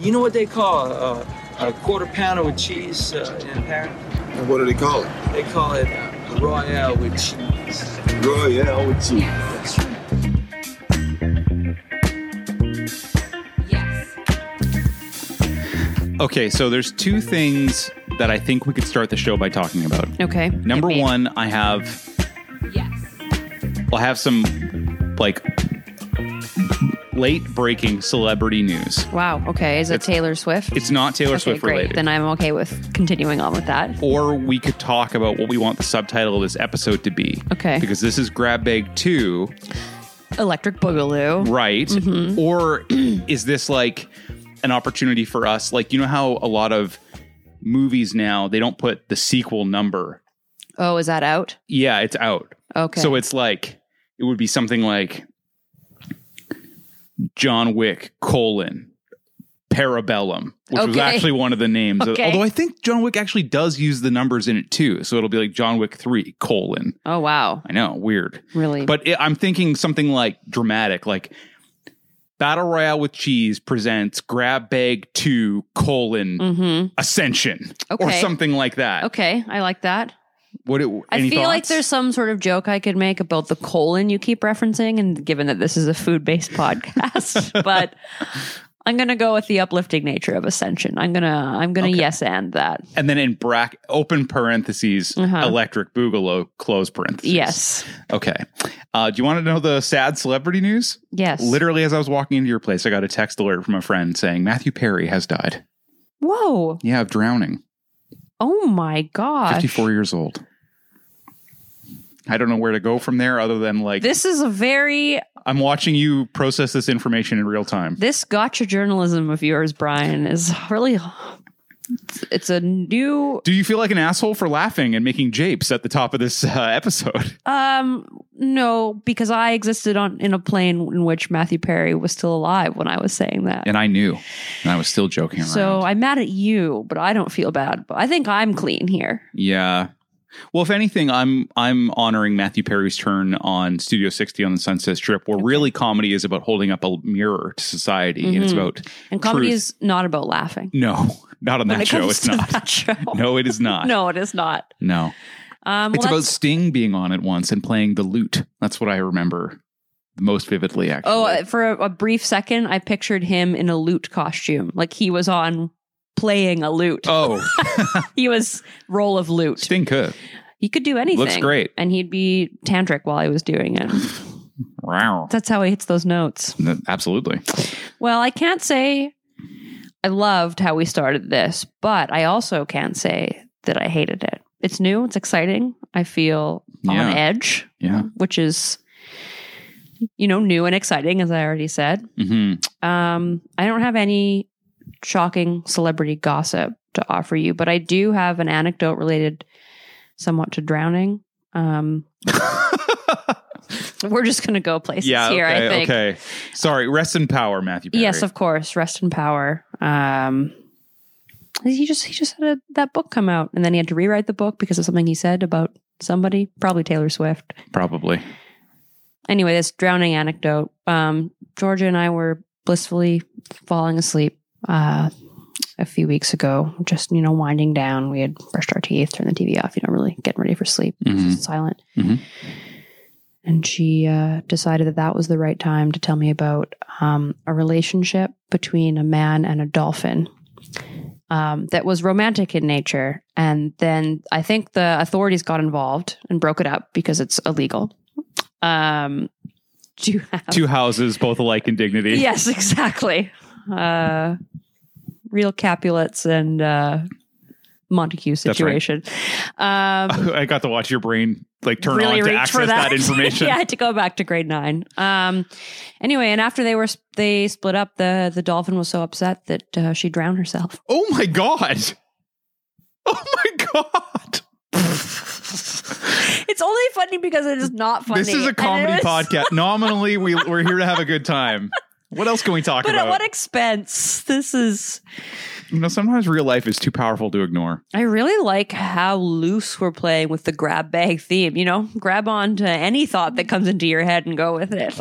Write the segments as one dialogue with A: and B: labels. A: You know what they call a, a quarter pounder with cheese uh, in Paris?
B: And what do they call it?
A: They call it uh, Royale with cheese.
B: Royale with cheese.
A: That's right.
C: Yes.
D: Okay, so there's two things that I think we could start the show by talking about.
C: Okay.
D: Number
C: Hit me.
D: one, I have
C: Yes.
D: I have some like late breaking celebrity news.
C: Wow. Okay. Is it
D: It's-
C: Taylor Swift?
D: It's not Taylor
C: okay,
D: Swift
C: great.
D: related.
C: Then I'm okay with continuing on with that.
D: or we could talk about what we want the subtitle of this episode to be.
C: Okay.
D: Because this is Grab Bag 2,
C: Electric Boogaloo.
D: right?
C: Mm-hmm.
D: Or is this like an opportunity for us? Like, you know how a lot of movies now, they don't put the sequel number.
C: Oh, is that out?
D: Yeah, it's out.
C: Okay.
D: So it's like it would be something like John Wick colon Parabellum, which was
C: Okay.
D: actually one of the names.
C: Okay.
D: Although I think John Wick actually does use the numbers in it too. So it'll be like John Wick three colon.
C: oh wow.
D: I know, weird.
C: Really.
D: But it, I'm thinking something like dramatic, like Battle Royale with Cheese presents Grab Bag Two colon
C: Mm-hmm.
D: Ascension or
C: Okay.
D: something like that.
C: Okay. I like that.
D: What? It,
C: I
D: any
C: feel like
D: thoughts?
C: there's some sort of joke I could make about the colon you keep referencing, and given that this is a food based podcast, but I'm gonna go with the uplifting nature of ascension. I'm gonna I'm gonna yes and that.
D: and then in bracket open parentheses
C: Uh-huh.
D: electric boogaloo close parentheses
C: Yes.
D: okay uh, do you want to know the sad celebrity news
C: Yes.
D: literally as i was walking into your place i got a text alert from a friend saying matthew perry has died
C: Whoa.
D: yeah of drowning
C: Oh my god.
D: 54 years old i don't know where to go from there other than like
C: This is a very
D: i'm watching you process this information in real time
C: this gotcha journalism of yours, Brian, is really it's- it's a new
D: do you feel like an asshole for laughing and making japes at the top of this uh, episode
C: um no because I existed on in a plane in which Matthew Perry was still alive when I was saying that.
D: and i knew and i was still joking around
C: So I'm mad at you, but I don't feel bad. But I think I'm clean here.
D: Yeah. Well, if anything, I'm I'm honoring Matthew Perry's turn on Studio 60 on the Sunset Strip, where really comedy is about holding up a mirror to society, and it's
C: Mhm.
D: about
C: And comedy
D: Truth.
C: is not about laughing.
D: no, not on
C: When
D: that
C: it
D: show.
C: comes
D: It's
C: to
D: not.
C: that show.
D: No, it is not.
C: No, it is not.
D: no.
C: Um,
D: it's
C: well,
D: about
C: that's-
D: Sting being on it once and playing the lute. That's what I remember most vividly. Actually,
C: oh, uh, for a, a brief second, I pictured him in a lute costume, like he was on playing a lute.
D: oh,
C: He was role of lute.
D: Sting could.
C: He could do anything.
D: great.
C: and he'd be tantric while he was doing it.
D: Wow.
C: That's how he hits those notes.
D: Absolutely.
C: Well, I can't say I loved how we started this, but I also can't say that I hated it. It's new, it's exciting. I feel
D: Yeah.
C: on edge,
D: Yeah.
C: which is you know, new and exciting as I already said.
D: hmm
C: Um, I don't have any shocking celebrity gossip to offer you, but I do have an anecdote related somewhat to drowning. Um, we're just going to go places
D: yeah.
C: here,
D: okay.
C: I think.
D: Okay. Sorry. Rest in power, Matthew Perry.
C: Yes, of course. Rest in power. Um, he just he just had a, that book come out, and then he had to rewrite the book because of something he said about somebody, probably Taylor Swift.
D: probably.
C: Anyway, this drowning anecdote. Um, Georgia and I were blissfully falling asleep uh, a few weeks ago, just you know winding down. We had brushed our teeth, turned the TV off, you know, really getting ready for sleep. It was
D: Mhm.
C: just silent.
D: Mhm.
C: And she uh, decided that that was the right time to tell me about um, a relationship between a man and a dolphin um, that was romantic in nature. And then I think the authorities got involved and broke it up because it's illegal. Um, do you have
D: two houses, both alike in dignity.
C: Yes, exactly. Uh, real Capulets and uh, Montague
D: That's right.
C: situation. Um,
D: I got to watch your brain like turn
C: really
D: on to
C: reach
D: access
C: for
D: that, information.
C: yeah, I had to go back to grade nine. Um, anyway, and after they were sp- they split up, the the dolphin was so upset that uh, she drowned herself.
D: Oh my god. Oh my god.
C: It's only funny because it is not funny.
D: This is a
C: And it
D: comedy
C: was-
D: podcast. Nominally, we we're here to have a good time. What else can we talk
C: But at
D: about?
C: what expense? This is.
D: you know, sometimes real life is too powerful to ignore.
C: I really like how loose we're playing with the grab bag theme. You know, grab on to any thought that comes into your head and go with it.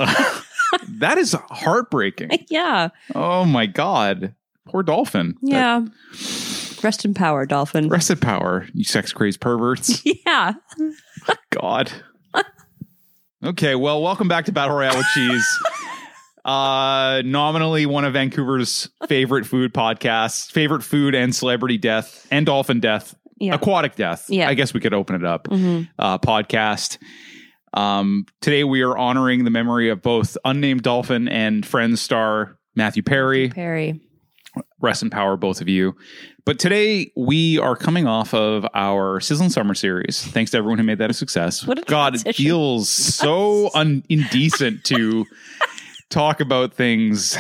D: that is heartbreaking.
C: yeah.
D: Oh my god. Poor dolphin. That-
C: Yeah. Rest in power, dolphin.
D: rest in power, you sex crazed perverts.
C: Yeah.
D: God. Okay, well, welcome back to Battle Royale with Cheese. Uh, nominally one of Vancouver's favorite food podcasts, favorite food and celebrity death and dolphin death,
C: Yeah.
D: aquatic death.
C: Yeah.
D: I guess we could open it up.
C: Mhm.
D: Uh, podcast. Um, today we are honoring the memory of both unnamed dolphin and Friends star Matthew Perry.
C: Perry.
D: Rest in power, both of you. But today we are coming off of our Sizzling Summer series. Thanks to everyone who made that a success.
C: What a
D: God, it
C: transition.
D: feels so un- indecent to talk about things.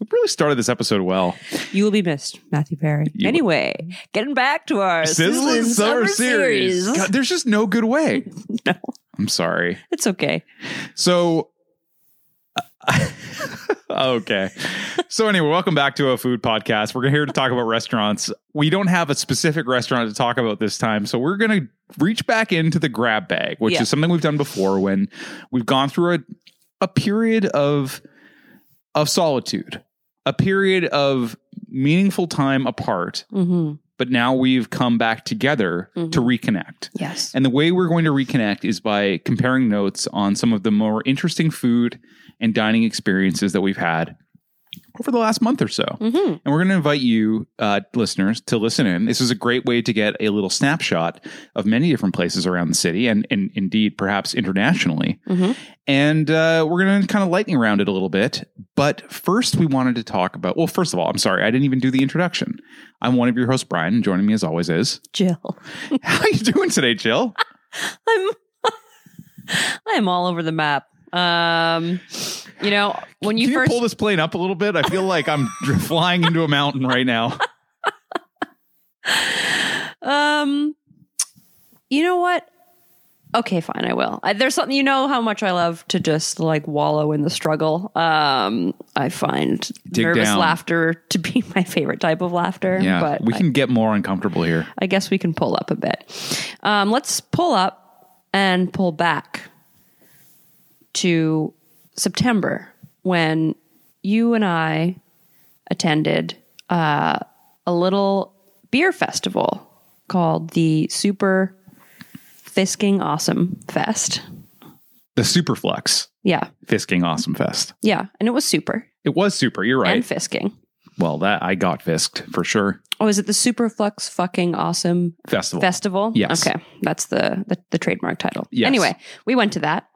D: We really started this episode well.
C: You will be missed, Matthew Perry.
D: You-
C: anyway, getting back to our Sizzling, Summer, Series.
D: God, there's just no good way.
C: No.
D: I'm sorry.
C: It's okay.
D: So, okay. So, anyway, welcome back to a food podcast. We're here to talk about restaurants. We don't have a specific restaurant to talk about this time. So, we're going to reach back into the grab bag, which
C: Yeah.
D: is something we've done before when we've gone through a, a period of, of solitude, a period of meaningful time apart.
C: Mm-hmm.
D: But now we've come back together
C: Mhm.
D: to reconnect.
C: Yes.
D: And the way we're going to reconnect is by comparing notes on some of the more interesting food and dining experiences that we've had over the last month or so.
C: Mm-hmm.
D: And we're going to invite you, uh, listeners, to listen in. This is a great way to get a little snapshot of many different places around the city and, and indeed perhaps internationally.
C: Mhm.
D: And uh, we're going to kind of lightning round it a little bit. But first, we wanted to talk about, well, first of all, I'm sorry, I didn't even do the introduction. I'm one of your hosts, Brian, and joining me as always is.
C: Jill.
D: How you doing today, Jill?
C: I'm I'm all over the map. Um, you know, when you
D: Can
C: first
D: you pull this plane up a little bit? I feel like I'm dr- flying into a mountain right now.
C: um you know what? Okay, fine, I will. I, there's something you know how much I love to just like wallow in the struggle. Um, I find
D: Dig
C: nervous
D: down.
C: laughter to be my favorite type of laughter.
D: Yeah,
C: but
D: we
C: I-
D: can get more uncomfortable here.
C: I guess we can pull up a bit. Um, let's pull up and pull back to September when you and I attended uh, a little beer festival called the Super Fisking Awesome Fest.
D: The Superflux
C: Yeah,
D: Fisking Awesome Fest.
C: yeah, and it was super
D: It was super. You're right.
C: and fisking.
D: well, that I got fisked for sure.
C: Oh, is it the Superflux fucking awesome
D: Festival.
C: Festival.
D: Yes.
C: Okay. That's the the, the trademark title.
D: Yes.
C: Anyway, we went to that.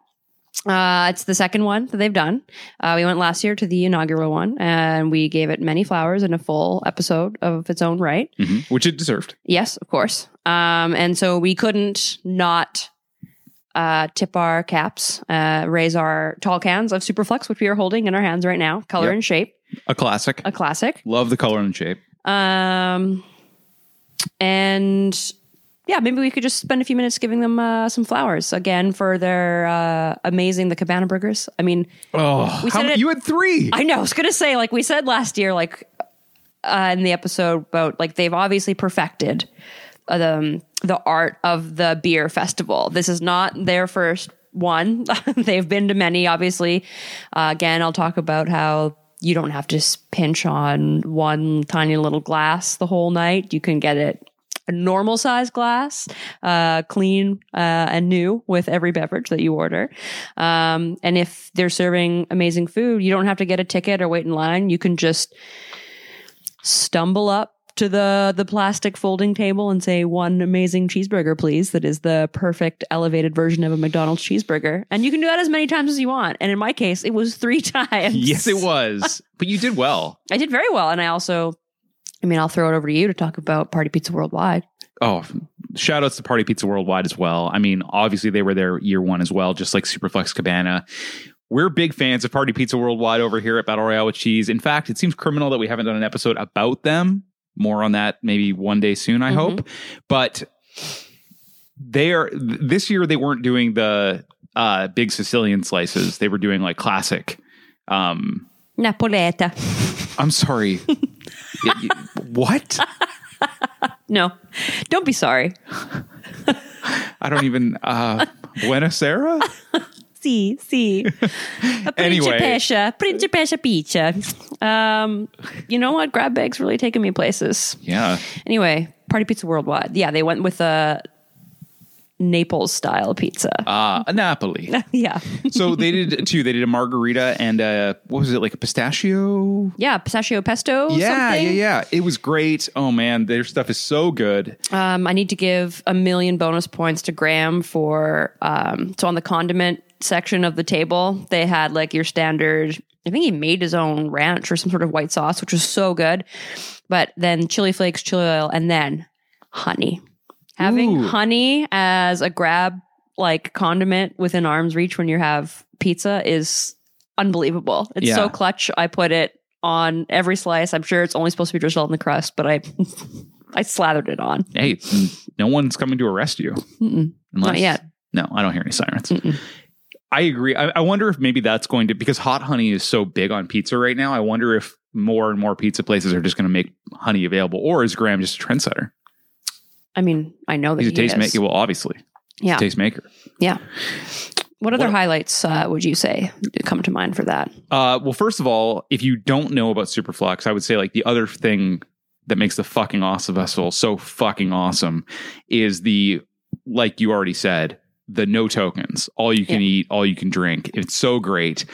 C: Uh, it's the second one that they've done. Uh, we went last year to the inaugural one, and we gave it many flowers and a full episode of its own right.
D: Mhm. Which it deserved.
C: Yes, of course. Um, and so we couldn't not uh, tip our caps, uh, raise our tall cans of Superflux, which we are holding in our hands right now, color
D: Yep.
C: and shape,
D: A classic.
C: a classic.
D: Love the color and shape.
C: Um, and yeah, maybe we could just spend a few minutes giving them uh, some flowers again for their uh, amazing the Cabana burgers. I mean,
D: Oh,
C: We
D: how
C: said
D: m-
C: it-
D: you had three.
C: I know I was gonna say like we said last year, like uh, in the episode about like they've obviously perfected uh, the um, the art of the beer festival. This is not their first one. they've been to many, obviously. Uh, again, I'll talk about how. You don't have to s- pinch on one tiny little glass the whole night. You can get it a normal size glass, uh, clean uh, and new with every beverage that you order. Um, and if they're serving amazing food, you don't have to get a ticket or wait in line. You can just stumble up to the the plastic folding table and say one amazing cheeseburger please that is the perfect elevated version of a McDonald's cheeseburger and you can do that as many times as you want and in my case it was 3 times
D: yes, it was. but you did well.
C: I did very well and I also I mean I'll throw it over to you to talk about Party Pizza Worldwide
D: Oh, shout outs to Party Pizza Worldwide as well. I mean, obviously they were there year one as well, just like Superflex Cabana. We're big fans of Party Pizza Worldwide over here at Battle Royale with Cheese. In fact, it seems criminal that we haven't done an episode about them. More on that maybe one day soon, I
C: Mhm.
D: hope. But they are th- this year they weren't doing the uh big Sicilian slices. They were doing like classic um
C: Napoleta
D: I'm sorry. Y- y- what?
C: No, don't be sorry.
D: I don't even uh Buenos Aires?
C: sì, sì. A
D: Anyway.
C: principessa, principessa pizza. Um, you know what? Grab bags really taking me places.
D: Yeah.
C: Anyway, party pizza worldwide. Yeah, they went with a Naples style pizza.
D: Uh, Napoli.
C: yeah,
D: so they did two. They did a margarita and a, what was it, like a pistachio?
C: yeah, pistachio pesto.
D: Yeah,
C: something.
D: yeah, yeah. It was great. Oh man, their stuff is so good.
C: Um, I need to give a million bonus points to Graham for um, so on the condiment section of the table they had like your standard. I think he made his own ranch or some sort of white sauce, which was so good. But then chili flakes, chili oil, and then honey. Having
D: Ooh.
C: honey as a grab like condiment within arm's reach when you have pizza is unbelievable. It's
D: Yeah.
C: so clutch. I put it on every slice. I'm sure it's only supposed to be drizzled on the crust, but I I slathered it on.
D: Hey, no one's coming to arrest you.
C: Mm-mm.
D: Unless,
C: Not yet.
D: No, I don't hear any sirens.
C: Mm-mm.
D: I agree. I, I wonder if maybe that's going to because hot honey is so big on pizza right now. I wonder if more and more pizza places are just going to make honey available, or is Graham just a trendsetter?
C: I mean, I know that
D: He's a
C: he
D: taste
C: is.
D: maker. Well, obviously, he's
C: Yeah.
D: a taste maker.
C: Yeah. What other
D: What-
C: highlights uh, would you say come to mind for that?
D: Uh, well, first of all, if you don't know about Superflux, I would say like the other thing that makes the fucking awesome vessel so fucking awesome is the like you already said the no tokens, all you can
C: Yeah.
D: eat, all you can drink. It's so great.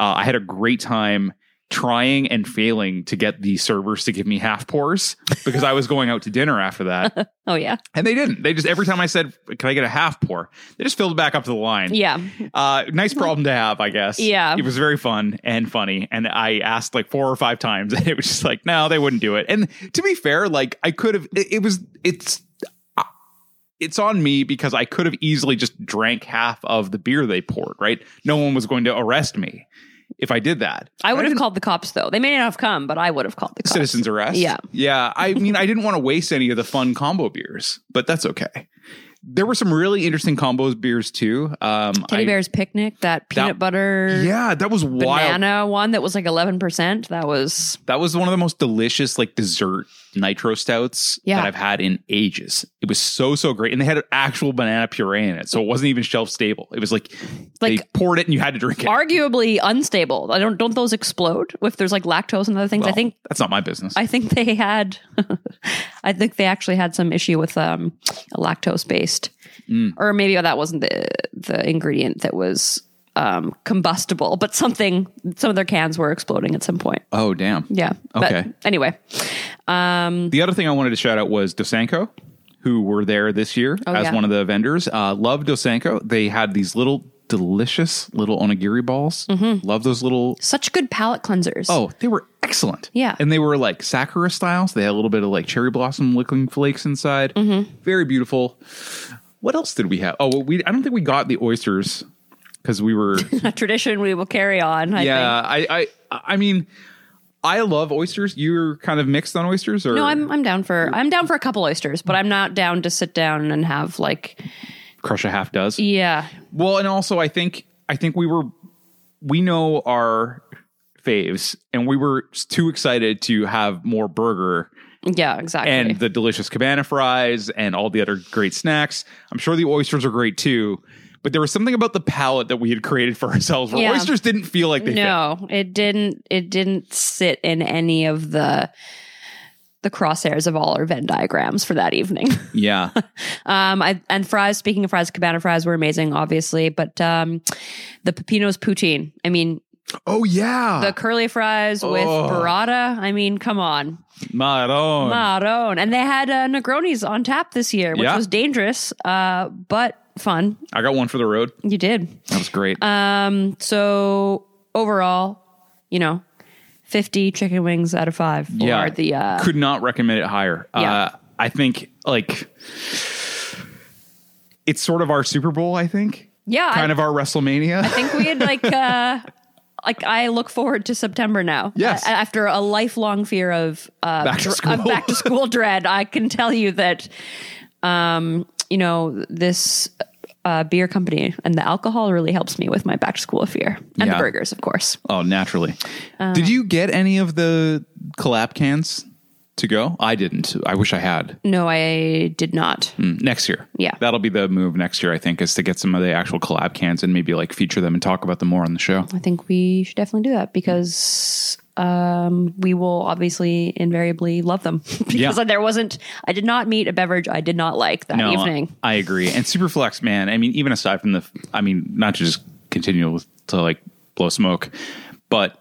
D: Uh, I had a great time trying and failing to get the servers to give me half pours because I was going out to dinner after that,
C: Oh yeah,
D: and they didn't. They just every time I said, "Can I get a half pour?" They just filled it back up to the line.
C: yeah,
D: Uh, nice problem to have, I guess.
C: Yeah.
D: It was very fun and funny. And I asked like four or five times, and it was just like, no, they wouldn't do it. And to be fair, like I could have, it, it was, it's, uh, it's on me because I could have easily just drank half of the beer they poured, right? No one was going to arrest me if I did that.
C: I would have
D: didn't-
C: called the cops though. They may not have come, but I would have called the cops.
D: citizens arrest.
C: Yeah.
D: Yeah. I mean, I didn't want to waste any of the fun combo beers, but that's okay. There were some really interesting combos beers too. Um,
C: Teddy
D: I-
C: Bear's picnic, that peanut butter
D: Yeah, that was wild.
C: banana one that was like eleven percent. That was
D: That was one of the most delicious like dessert nitro stouts
C: Yeah.
D: that I've had in ages. It was so so great, and they had an actual banana puree in it, so it wasn't even shelf stable. It was like, they
C: Like-
D: poured it and you had to drink it.
C: arguably unstable. I don't don't those explode if there's like lactose and other things. I
D: Well,
C: think
D: Oh, that's not my business.
C: I think they had, I think they actually had some issue with um, lactose based,
D: Mm.
C: or maybe that wasn't the the ingredient that was um, combustible, but something. Some of their cans were exploding at some point.
D: oh damn!
C: Yeah. But
D: Okay.
C: Anyway, um,
D: The other thing I wanted to shout out was Dosanko, who were there this year as
C: Oh, yeah.
D: one of the vendors. Uh, love Dosanko. They had these little delicious little onigiri balls.
C: Mm-hmm.
D: Love those little
C: such good palate cleansers.
D: Oh, they were excellent.
C: Yeah.
D: And they were like Sakura style. So they had a little bit of like cherry blossom liquid flakes inside.
C: Mm-hmm.
D: Very beautiful. What else did we have? Oh, well, we I don't think we got the oysters because we were.
C: a tradition we will carry on. I Think.
D: yeah. I, I I mean, I love oysters. You're kind of mixed on oysters, or
C: No, I'm I'm down
D: Mm.
C: for I'm down for a couple oysters, but I'm not down to sit down and have like
D: crush a half does.
C: yeah
D: Well, and also I think I think we were we know our faves, and we were too excited to have more burger.
C: yeah exactly
D: and the delicious cabana fries and all the other great snacks. I'm sure the oysters are great too, but there was something about the palate that we had created for ourselves where
C: Yeah.
D: oysters didn't feel like they fit.
C: No, it didn't. It didn't sit in any of the the crosshairs of all our Venn diagrams for that evening.
D: Yeah.
C: Um, I, and fries. Speaking of fries, Cabana fries were amazing, obviously, but um, the Pepino's poutine. I mean,
D: Oh yeah.
C: the curly fries with
D: Oh.
C: burrata. I mean, come on,
D: Maron.
C: Maron. And they had uh, Negronis on tap this year, which
D: Yeah.
C: was dangerous, uh, but fun.
D: I got one for the road.
C: You did.
D: That was great.
C: Um, so overall, you know, 50 chicken wings out of five for
D: yeah.
C: the uh
D: Could not recommend it higher.
C: Yeah.
D: Uh, I think like it's sort of our Super Bowl, I think.
C: yeah,
D: Kind
C: I
D: of our WrestleMania.
C: think we had like uh like I look forward to September now.
D: Yes.
C: A- after a lifelong fear of uh
D: Back to
C: dr-
D: school.
C: of back to school dread, I can tell you that um, you know, this uh, beer company and the alcohol really helps me with my back to school fear and
D: Yeah.
C: the burgers, of course.
D: oh, naturally. Did you get any of the collab cans? to go? I didn't. I wish I had.
C: No, I did not.
D: Mm, next year.
C: Yeah.
D: That'll be the move next year, I think, is to get some of the actual collab cans and maybe like feature them and talk about them more on the show.
C: I think we should definitely do that because um, we will obviously invariably love them because
D: Yeah.
C: there wasn't. I did not meet a beverage I did not like that
D: No,
C: evening.
D: I agree. And Superflex, man, I mean, even aside from the, I mean, not to just continue with- to like blow smoke, but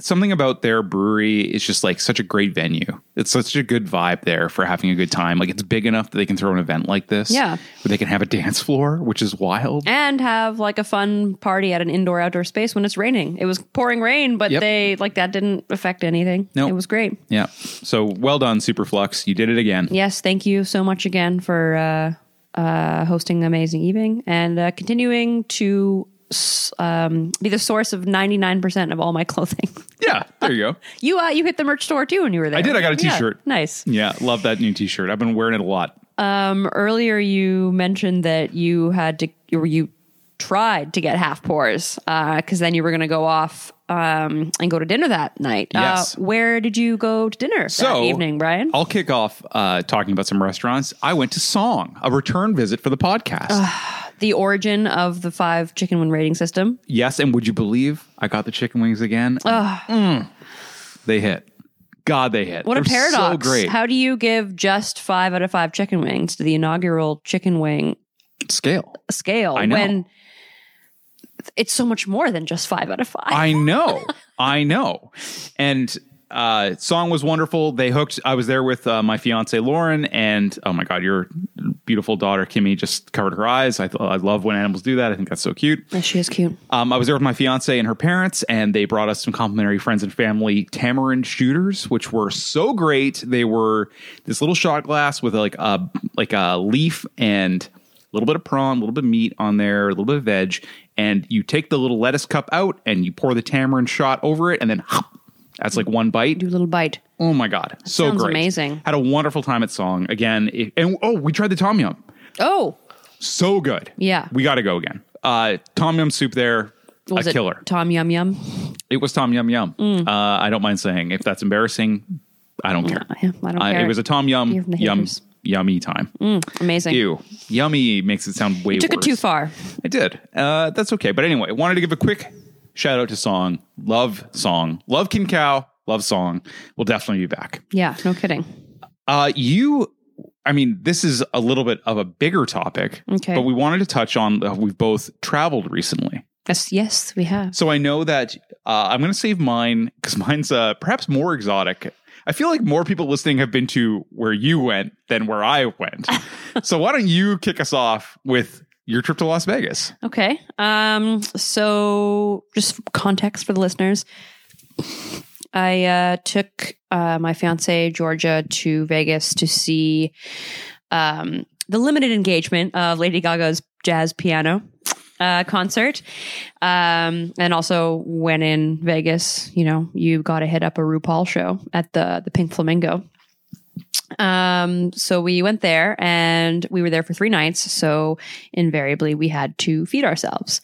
D: something about their brewery is just like such a great venue. It's such a good vibe there for having a good time. Like it's big enough that they can throw an event like this.
C: Yeah.
D: Where they can have a dance floor, which is wild.
C: and have like a fun party at an indoor outdoor space when it's raining. It was pouring rain, but
D: Yep.
C: they like that didn't affect anything.
D: Nope.
C: It was great.
D: yeah. So well done, Superflux. You did it again.
C: Yes, thank you so much again for uh, uh, hosting an amazing evening and uh, continuing to s- um, be the source of ninety nine percent of all my clothing.
D: Yeah. There you go.
C: You uh, you hit the merch store too when you were there.
D: I did. I got a
C: Yeah,
D: t-shirt.
C: nice.
D: Yeah. Love that new t shirt. I've been wearing it a lot.
C: Um, earlier you mentioned that you had to or you tried to get half pours because then you were going to go off um, and go to dinner that night.
D: Yes.
C: Uh, where did you go to dinner that
D: so
C: evening, Brian?
D: I'll kick off uh, talking about some restaurants. I went to Song, a return visit for the podcast.
C: the origin of the five chicken wing rating system.
D: yes, and would you believe I got the chicken wings again? Mm. They hit. God, they hit.
C: What a
D: They're
C: paradox!
D: So great
C: How do you give just five out of five chicken wings to the inaugural chicken wing
D: scale.
C: scale
D: I know.
C: when it's so much more than just five out of five?
D: I know. I know. And uh song was wonderful. They hooked I was there with uh, my fiance Lauren and oh my god, your beautiful daughter Kimmy just covered her eyes. I th- I love when animals do that. I think that's so cute.
C: Yeah, she is cute.
D: Um, I was there with my fiance and her parents, and they brought us some complimentary friends and family tamarind shooters, which were so great. They were this little shot glass with like a like a leaf and a little bit of prawn, a little bit of meat on there, a little bit of veg, and you take the little lettuce cup out and you pour the tamarind shot over it, and then hop, that's like one bite.
C: Do a little bite.
D: Oh my god, so
C: sounds
D: great!
C: amazing.
D: Had a wonderful time at Song again, it- and oh, we tried the tom yum
C: Oh,
D: so good.
C: Yeah.
D: We got to go again. Uh, tom yum soup there,
C: was
D: a
C: it
D: killer.
C: Tom Yum Yum.
D: It was Tom Yum Yum.
C: Mm.
D: Uh, I don't mind saying if that's embarrassing, I don't care.
C: yeah, I don't
D: Uh,
C: care.
D: It was a Tom Yum
C: You're from the
D: Yum
C: haters.
D: Yummy time.
C: Amazing.
D: Ew, yummy makes it sound way.
C: You took it
D: worse.
C: too far.
D: I did. Uh, that's okay. But anyway, I wanted to give a quick shout out to Song. Love Song. Love Kin Cow. Love Song. We'll definitely be back.
C: Yeah, no kidding.
D: Uh, you, I mean, this is a little bit of a bigger topic.
C: Okay.
D: But we wanted to touch on uh, we've both traveled recently.
C: Yes, yes, we have.
D: So I know that uh, I'm going to save mine because mine's uh, perhaps more exotic. I feel like more people listening have been to where you went than where I went. so why don't you kick us off with your trip to Las Vegas?
C: Okay. Um. So, just context for the listeners. I uh, took uh, my fiance Georgia to Vegas to see um, the limited engagement of Lady Gaga's jazz piano uh, concert, um, and also when in Vegas, you know, you got to hit up a RuPaul show at the the Pink Flamingo. Um, so we went there and we were there for three nights. So invariably we had to feed ourselves.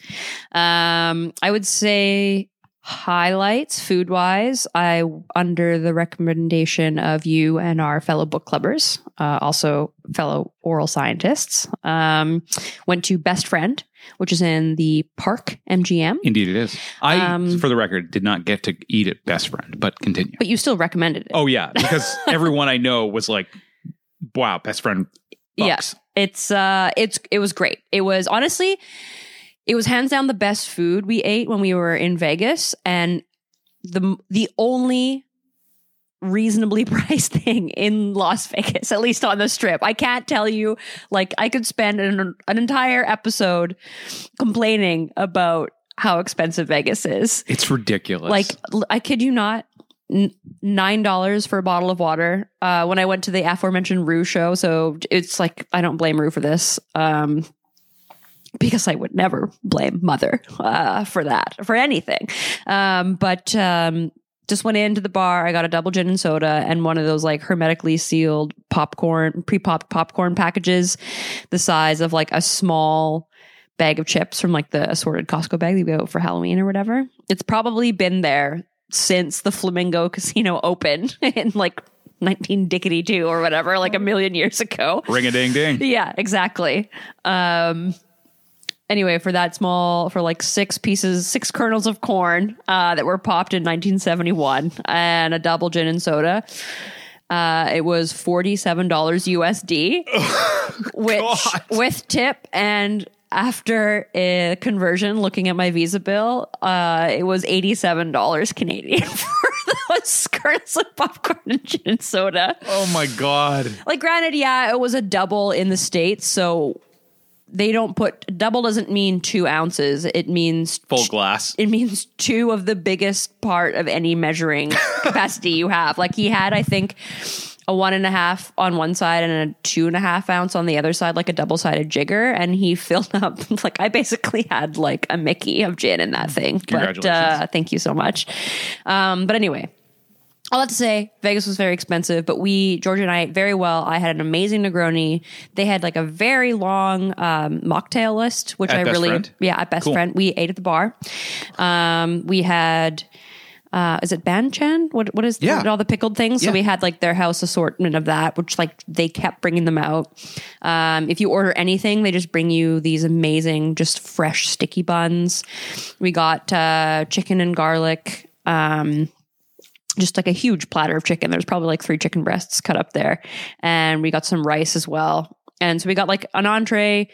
C: Um, I would say highlights food wise, I under the recommendation of you and our fellow book clubbers, uh, also fellow oral scientists, um, went to Best Friend, which is in the Park MGM.
D: Indeed, it is. I,
C: Um,
D: for the record, did not get to eat at Best Friend, but continue.
C: But you still recommended it.
D: Oh yeah, because everyone I know was like, "Wow, Best Friend."
C: Yeah.
D: Yes.
C: It's uh it's it was great. It was honestly it was hands down the best food we ate when we were in Vegas and the the only reasonably priced thing in Las Vegas at least on the strip. I can't tell you like I could spend an, an entire episode complaining about how expensive Vegas is.
D: It's ridiculous.
C: Like l- I kid you not, n- nine dollars for a bottle of water. Uh, when I went to the aforementioned Rue show, so it's like I don't blame Rue for this. Um, because I would never blame mother uh, for that for anything. Um, but um, just went into the bar. I got a double gin and soda and one of those like hermetically sealed popcorn, pre popped popcorn packages, the size of like a small bag of chips from like the assorted Costco bag that you go for Halloween or whatever. It's probably been there since the Flamingo Casino opened in like 19 dickety two or whatever, like a million years ago.
D: Ring a ding ding.
C: Yeah, exactly. Um, anyway, for that small, for like six pieces, six kernels of corn uh, that were popped in 1971 and a double gin and soda. Uh, it was $47 USD, which
D: God.
C: with tip and after a conversion, looking at my Visa bill, uh, it was $87 Canadian for those kernels of popcorn and gin and soda
D: Oh my god.
C: like granted yeah it was a double in the states so they don't put double doesn't mean two ounces it means
D: Full glass.
C: it means two of the biggest part of any measuring capacity you have like he had i think a one and a half on one side and a two and a half ounce on the other side like a double-sided jigger and he filled up like i basically had like a mickey of gin in that thing but uh,
D: Mm-hmm. Congratulations.
C: thank you so much um, but anyway all that to say, Vegas was very expensive, but we, Georgia and I, ate very well. I had an amazing Negroni. They had like a very long um, mocktail list, which
D: At
C: I
D: Best
C: really,
D: Friend?
C: yeah, at best
D: Cool.
C: friend. We ate at the bar. Um, we had, uh, is it Banchan? What what is the-
D: Yeah.
C: all the pickled things? So
D: Yeah.
C: we had like their house assortment of that, which like they kept bringing them out. Um, if you order anything, they just bring you these amazing, just fresh sticky buns. We got uh, chicken and garlic. Um, just like a huge platter of chicken. There's probably like three chicken breasts cut up there. And we got some rice as well. And so we got like an entree,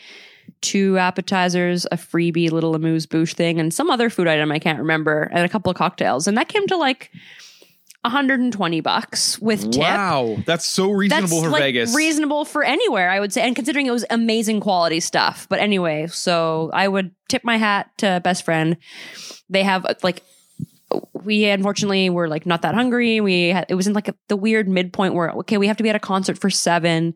C: two appetizers, a freebie little amuse bouche thing, and some other food item I can't remember, and a couple of cocktails. And that came to like 120 bucks with tip.
D: Wow. That's so reasonable
C: That's
D: for
C: like
D: Vegas.
C: reasonable for anywhere, I would say. And considering it was amazing quality stuff. But anyway, so I would tip my hat to best friend. They have uh, like we unfortunately were like not that hungry. We had, it was in like a, the weird midpoint where okay, we have to be at a concert for seven.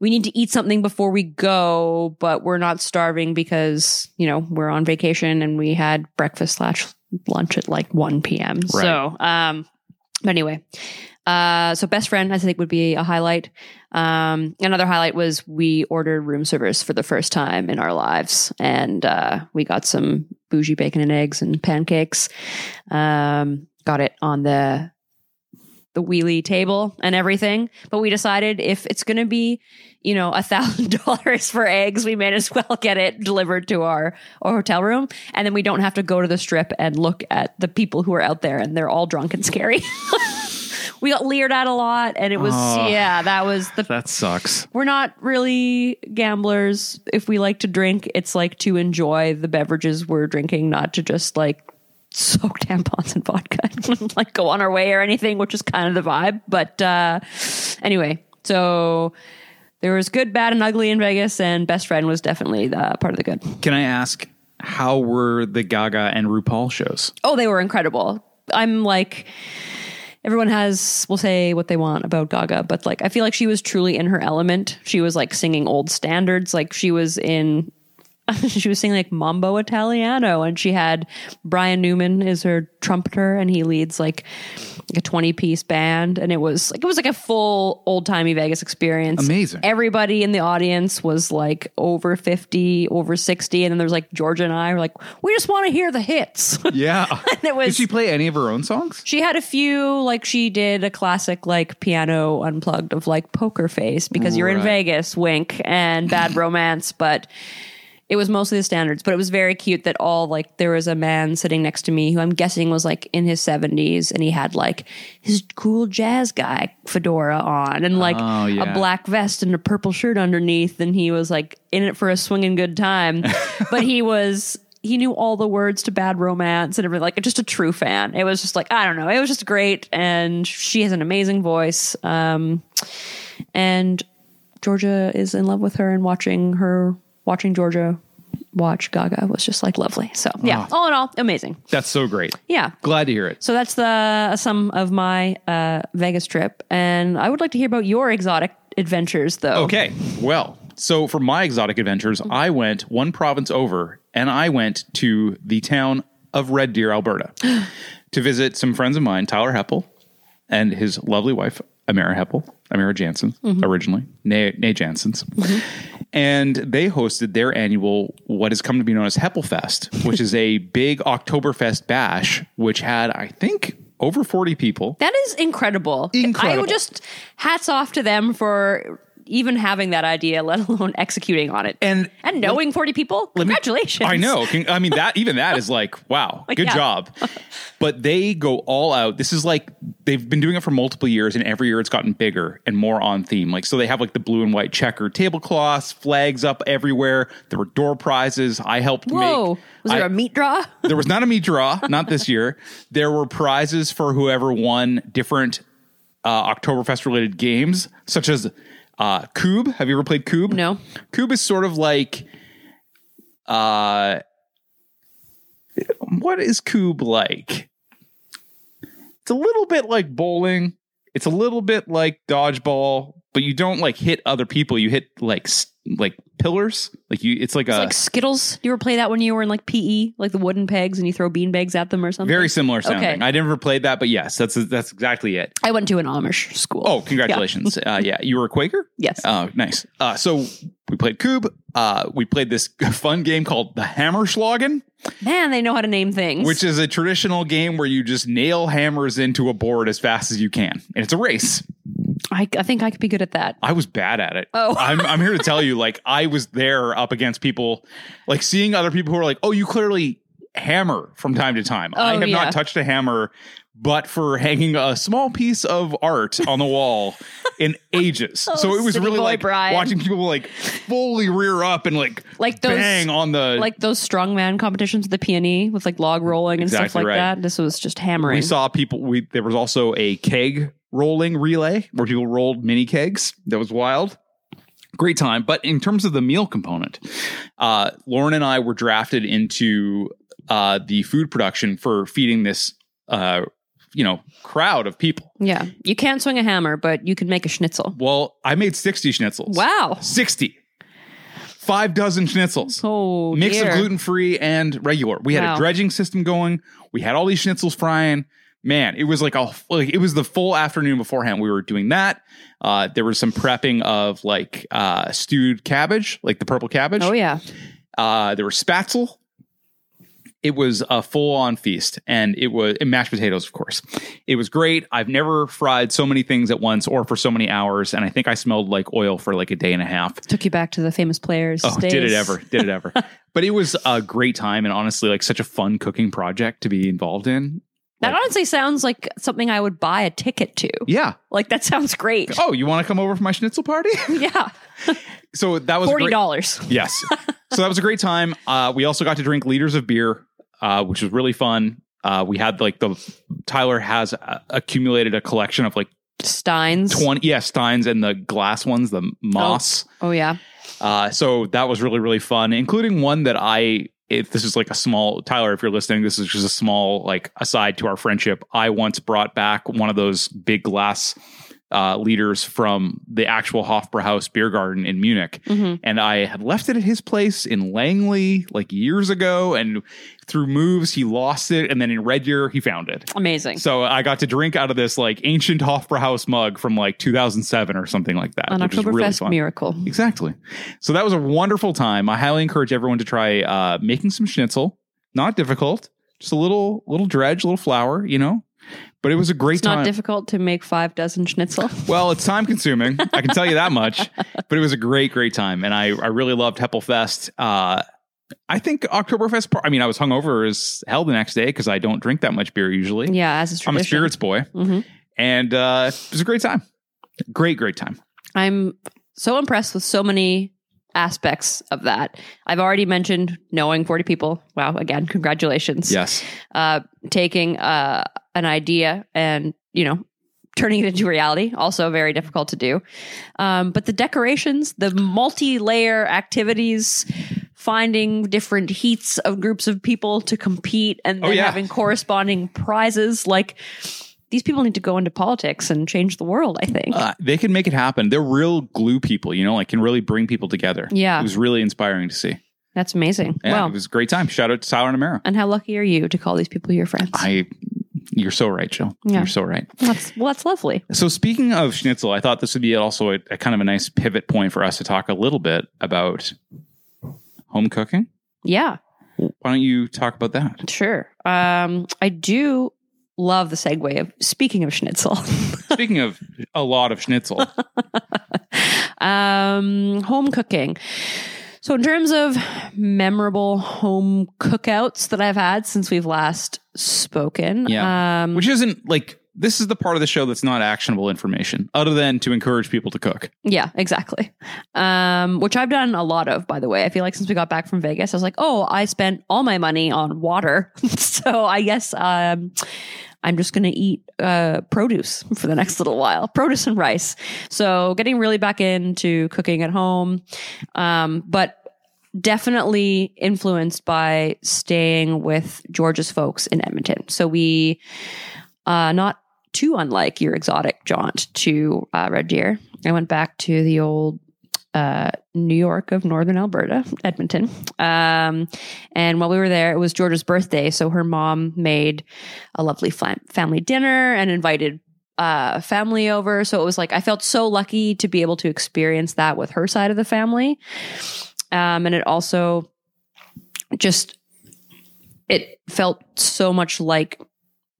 C: We need to eat something before we go, but we're not starving because you know we're on vacation and we had breakfast slash lunch at like one p.m. So, um, but anyway, uh, so best friend I think would be a highlight. Um, another highlight was we ordered room service for the first time in our lives, and uh, we got some bougie bacon and eggs and pancakes. Um, got it on the the wheelie table and everything, but we decided if it's going to be, you know, a thousand dollars for eggs, we may as well get it delivered to our, our hotel room, and then we don't have to go to the strip and look at the people who are out there, and they're all drunk and scary. we got leered at a lot, and it was
D: Oh.
C: yeah, that was the
D: that sucks.
C: we're not really gamblers. If we like to drink, it's like to enjoy the beverages we're drinking, not to just like soak tampons and vodka and like go on our way or anything, which is kind of the vibe. But uh, anyway, so there was good, bad, and ugly in Vegas, and best friend was definitely the part of the good.
D: Can I ask how were the Gaga and RuPaul shows?
C: Oh, they were incredible. I'm like everyone has will say what they want about Gaga, but like I feel like she was truly in her element. She was like singing old standards, like she was in she was singing like Mambo Italiano and she had Brian Newman is her trumpeter and he leads like a 20 piece band and it was like it was like a full old-timey Vegas experience.
D: Amazing.
C: Everybody in the audience was like over 50, over 60 and then there's like Georgia and I were like we just want to hear the hits.
D: Yeah.
C: it was
D: Did she play any of her own songs?
C: she had a few, like she did a classic like piano unplugged of like poker face because you're in
D: Right.
C: Vegas, wink, and bad romance, but it was mostly the standards. But it was very cute that all like there was a man sitting next to me who I'm guessing was like in his seventies and he had like his cool jazz guy fedora on and like
D: Oh,
C: a
D: yeah.
C: black vest and a purple shirt underneath and he was like in it for a swinging good time. but he was he knew all the words to bad romance and everything like just a true fan it was just like i don't know it was just great and she has an amazing voice um and georgia is in love with her and watching her watching georgia watch gaga was just like lovely so yeah
D: Uh-huh.
C: all in all amazing
D: That's so great.
C: yeah
D: Glad to hear it.
C: so that's the sum of my uh vegas trip and i would like to hear about your exotic adventures though
D: Okay. Well, so for my exotic adventures, I went one province over and I went to the town of Red Deer, Alberta, to visit some friends of mine, Tyler Heppel and his lovely wife, Amira Heppel, Amira Jansen, originally, Nay, Nay Jansen's. And they hosted their annual, what has come to be known as Heppelfest, which is a big Oktoberfest bash, which had, I think, over 40 people.
C: That is incredible. I
D: Incredible.
C: would just hats off to them for even having that idea, let alone executing on it.
D: And
C: and knowing 40 people.
D: Let me-
C: Congratulations.
D: I know. Can- I mean, that even that is like, wow,
C: Like,
D: good
C: yeah.
D: job. But they go all out. This is like they've been doing it for multiple years, and every year it's gotten bigger and more on theme. Like, so they have like the blue and white checker tablecloths, flags up everywhere. There were door prizes. I helped
C: Whoa.
D: make.
C: Was there
D: I-
C: a meat draw?
D: there was not a meat draw, not this year. There were prizes for whoever won different uh, Oktoberfest related games, such as uh, Cube. Have you ever played Cube?
C: No.
D: Cube is sort of like, uh, what is Cube like? It's a little bit like bowling. It's a little bit like dodgeball, but you don't like hit other people. You hit like s- like pillars. Like you, it's like
C: It's
D: a
C: like Skittles. Do you ever play that when you were in like PE, like the wooden pegs and you throw bean bags at them or something?
D: Very similar sounding.
C: Okay.
D: I never played that, but yes, that's that's exactly it.
C: I went to an Amish school.
D: Oh, congratulations! Uh, yeah, you were a Quaker.
C: Yes.
D: Oh, nice. Uh, so we played Cube. Uh, we played this fun game called the Hammer Schlagen,
C: Man, they know how to name things.
D: which is a traditional game where you just nail hammers into a board as fast as you can, and it's a race.
C: I, I think I could be good at that.
D: I was bad at it.
C: Oh.
D: I'm, I'm here to tell you, like, I was there up against people, like, seeing other people who are like, oh, you clearly hammer from time to time. I
C: Oh,
D: have
C: yeah.
D: not touched a hammer, but for hanging a small piece of art on the wall in ages.
C: Oh,
D: so it was
C: city
D: really
C: boy
D: like
C: Brian.
D: watching people like fully rear up and like,
C: Like those-
D: bang on the.
C: Like those strongman competitions with the peony with like log rolling and stuff
D: Exactly
C: like
D: right.
C: that. This was just hammering.
D: we saw people, we, there was also a keg rolling relay where people rolled mini kegs. That was wild. great time. But in terms of the meal component, uh, Lauren and I were drafted into uh, the food production for feeding this, uh, you know, crowd of people.
C: yeah. You can't swing a hammer, but you can make a schnitzel.
D: Well, I made 60 schnitzels.
C: Wow.
D: 60. Five dozen schnitzels.
C: Oh,
D: Mix
C: dear.
D: of gluten free and regular. We had
C: Wow.
D: a dredging system going. We had all these schnitzels frying. Man, it was like a like it was the full afternoon beforehand. We were doing that. Uh, there was some prepping of like uh, stewed cabbage, like the purple cabbage.
C: Oh, yeah.
D: Uh, there were spatzel. It was a full-on feast, and it was and mashed potatoes, of course. It was great. I've never fried so many things at once or for so many hours, and I think I smelled like oil for like a day and a half.
C: Took you back to the famous players.
D: Oh,
C: days.
D: did it ever? Did it ever? but it was a great time, and honestly, like such a fun cooking project to be involved in.
C: That
D: Like-
C: honestly sounds like something I would buy a ticket to.
D: Yeah.
C: Like that sounds great.
D: Oh, you want to come over for my schnitzel party?
C: Yeah.
D: so that was a
C: Forty
D: great.
C: dollars.
D: Yes. so that was a great time. Uh, we also got to drink liters of beer, uh, which was really fun. Uh, we had like the Tyler has uh, accumulated a collection of like
C: Steins.
D: 20, yeah, Steins and the glass ones, the moss.
C: Oh yeah.
D: Uh, so that was really, really fun, including one that I, if this is like a small, Tyler, if you're listening, this is just a small like aside to our friendship. I once brought back one of those big glass uh, liters from the actual Hofbrauhaus beer garden in Munich
C: hmm
D: and I had left it at his place in Langley like years ago. And through moves, he lost it, and then in Red Deer, he found it.
C: Amazing.
D: So I got to drink out of this like ancient Hofbrauhaus mug from like 2007 or something like that,
C: An
D: which is really
C: Oktoberfest
D: fun.
C: miracle.
D: Exactly. So that was a wonderful time. I highly encourage everyone to try uh, making some schnitzel. Not difficult, just a little little dredge, a little flour, you know. But it was a great
C: It's
D: time.
C: not difficult to make five dozen schnitzel.
D: Well, it's time consuming. I can tell you that much. But it was a great, great time. And I, I really loved Heppelfest. Uh, I think Oktoberfest, par- I mean, I was hungover as hell the next day because I don't drink that much beer usually.
C: yeah, as a
D: I'm a
C: tradition.
D: spirits boy.
C: Mhm.
D: And uh, it was a great time. Great, great time.
C: I'm so impressed with so many aspects of that. I've already mentioned knowing 40 people. Wow, again, congratulations.
D: Yes.
C: Uh, taking uh, an idea and, you know, turning it into reality, also very difficult to do. Um, but the decorations, the multi layer activities, finding different heats of groups of people to compete and
D: Oh,
C: then
D: yeah.
C: having corresponding prizes like these people need to go into politics and change the world, I think.
D: Uh, they can make it happen. They're real glue people, you know, like can really bring people together.
C: Yeah.
D: It was really inspiring to see.
C: That's amazing.
D: Yeah,
C: wow.
D: It was a great time. Shout out to Tyler and Amara.
C: And how lucky are you to call these people your friends?
D: I, you're so right, Jill.
C: Yeah.
D: You're so right.
C: well, that's, well, that's lovely.
D: So speaking of schnitzel, I thought this would be also a, a kind of a nice pivot point for us to talk a little bit about home cooking.
C: Yeah,
D: Why don't you talk about that?
C: sure. Um, I do love the segue of speaking of schnitzel.
D: Speaking of a lot of schnitzel,
C: um, home cooking. So, in terms of memorable home cookouts that I've had since we've last spoken,
D: Yeah.
C: um,
D: which isn't like this is the part of the show that's not actionable information, other than to encourage people to cook.
C: yeah, exactly. Um, which I've done a lot of, by the way. I feel like since we got back from Vegas, I was like, oh, I spent all my money on water, so I guess um, I'm just going to eat uh, produce for the next little while, produce and rice. So, getting really back into cooking at home, um, but definitely influenced by staying with George's folks in Edmonton. So we, uh, not too unlike your exotic jaunt to uh, Red Deer, I went back to the old uh, New York of Northern Alberta, Edmonton. Um, and while we were there, it was George's birthday. So her mom made a lovely fam- family dinner and invited uh, family over. So it was like, I felt so lucky to be able to experience that with her side of the family um, and it also just it felt so much like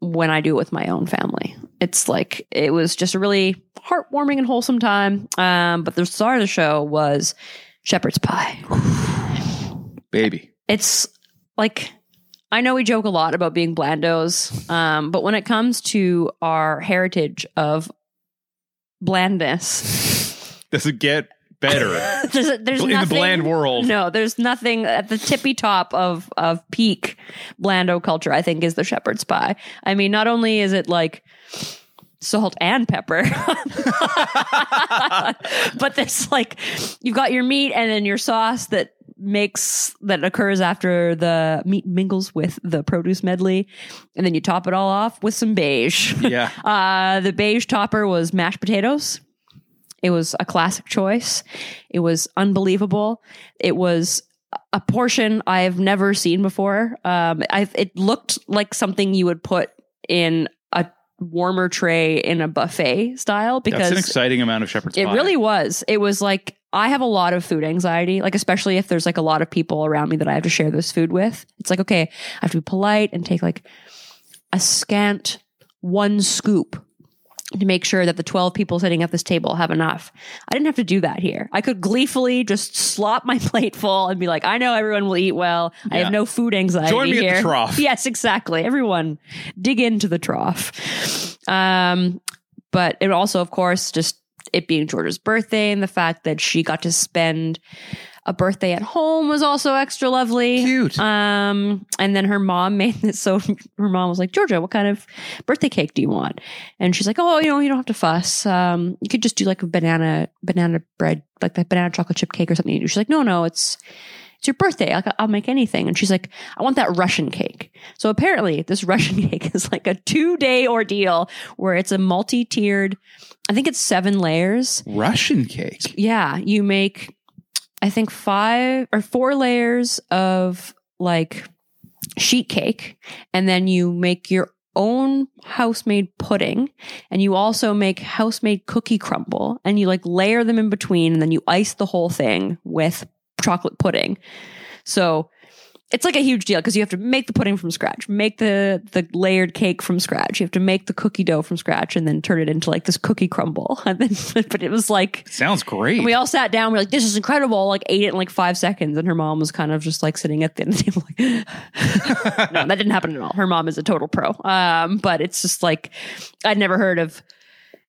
C: when I do it with my own family. It's like it was just a really heartwarming and wholesome time. Um, but the star of the show was shepherd's pie.
D: Baby.
C: It's like I know we joke a lot about being blandos, um, but when it comes to our heritage of blandness,
D: Does it get better
C: there's, there's
D: in the
C: nothing-
D: bland world?
C: no, there's nothing at the tippy top of of peak blando culture. I think is the shepherd's pie. I mean, not only is it like salt and pepper, but there's like you've got your meat and then your sauce that makes that occurs after the meat mingles with the produce medley, and then you top it all off with some beige.
D: Yeah.
C: Uh, the beige topper was mashed potatoes. It was a classic choice. It was unbelievable. It was a portion I've never seen before. Um, I've, it looked like something you would put in a warmer tray in a buffet style
D: That's an
C: because
D: exciting amount of shepherd's
C: it
D: pie.
C: really was. It was like I have a lot of food anxiety, like especially if there's like a lot of people around me that I have to share this food with. It's like okay, I have to be polite and take like a scant one scoop to make sure that the 12 people sitting at this table have enough. I didn't have to do that here. I could gleefully just slop my plate full and be like, I know everyone will eat well. I
D: Yeah.
C: have no food anxiety.
D: Join me at the
C: here."
D: trough.
C: Yes, exactly. Everyone dig into the trough. Um, but it also, of course, just it being Georgia's birthday and the fact that she got to spend a birthday at home was also extra lovely.
D: Cute.
C: Um, and then her mom made this. So her mom was like, Georgia, what kind of birthday cake do you want? And she's like, Oh, you know, you don't have to fuss. Um, you could just do like a banana, banana bread, like that banana chocolate chip cake or something you do. She's like, No, no, it's, it's your birthday. Like, I'll make anything. And she's like, I want that Russian cake. So apparently, this Russian cake is like a two day ordeal where it's a multi tiered, I think it's seven layers.
D: Russian cake.
C: Yeah, you make I think five or four layers of like sheet cake and then you make your own house-made pudding and you also make house-made cookie crumble and you like layer them in between and then you ice the whole thing with chocolate pudding. So it's like a huge deal because you have to make the pudding from scratch, make the the layered cake from scratch. You have to make the cookie dough from scratch and then turn it into like this cookie crumble. And then but it was like
D: Sounds great.
C: and we all sat down. We're like, "This is incredible!" Like, ate it in like five seconds, and her mom was kind of just like sitting at the end of the table, like, "No, that didn't happen at all." Her mom is a total pro, um, but it's just like I'd never heard of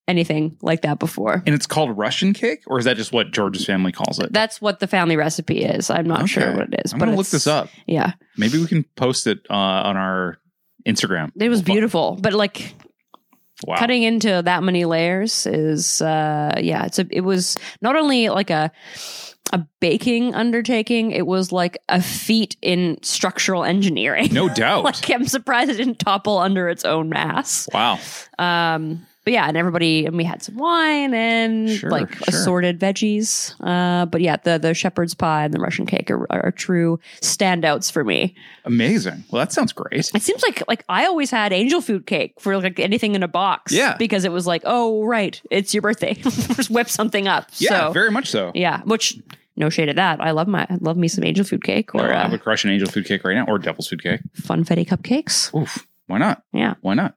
C: anything like that before.
D: and it's called Russian cake, or is that just what George's family calls it?
C: That's what the family recipe is. I'm not sure
D: Okay.
C: what it is,
D: I'm
C: but
D: gonna look
C: it's-
D: this up.
C: Yeah,
D: Maybe we can post it uh, on our Instagram.
C: it was beautiful, but like
D: Wow.
C: cutting into that many layers is uh yeah it's a it was not only like a a baking undertaking it was like a feat in structural engineering
D: No doubt.
C: like i'm surprised it didn't topple under its own mass
D: wow.
C: um but yeah and everybody and we had some wine and
D: Sure,
C: like
D: sure.
C: assorted veggies uh but yeah the the shepherd's pie and the russian cake are, are true standouts for me
D: Amazing. Well, that sounds great.
C: it seems like like I always had angel food cake for like anything in a box.
D: Yeah.
C: Because it was like, oh right, it's your birthday. Just whip something up.
D: Yeah,
C: so
D: very much so.
C: yeah. Which no shade at that. I love my I love me some angel food cake or
D: No, I
C: uh,
D: would crush an angel food cake right now, or devil's food cake.
C: funfetti cupcakes.
D: Oof. Why not?
C: Yeah.
D: Why not?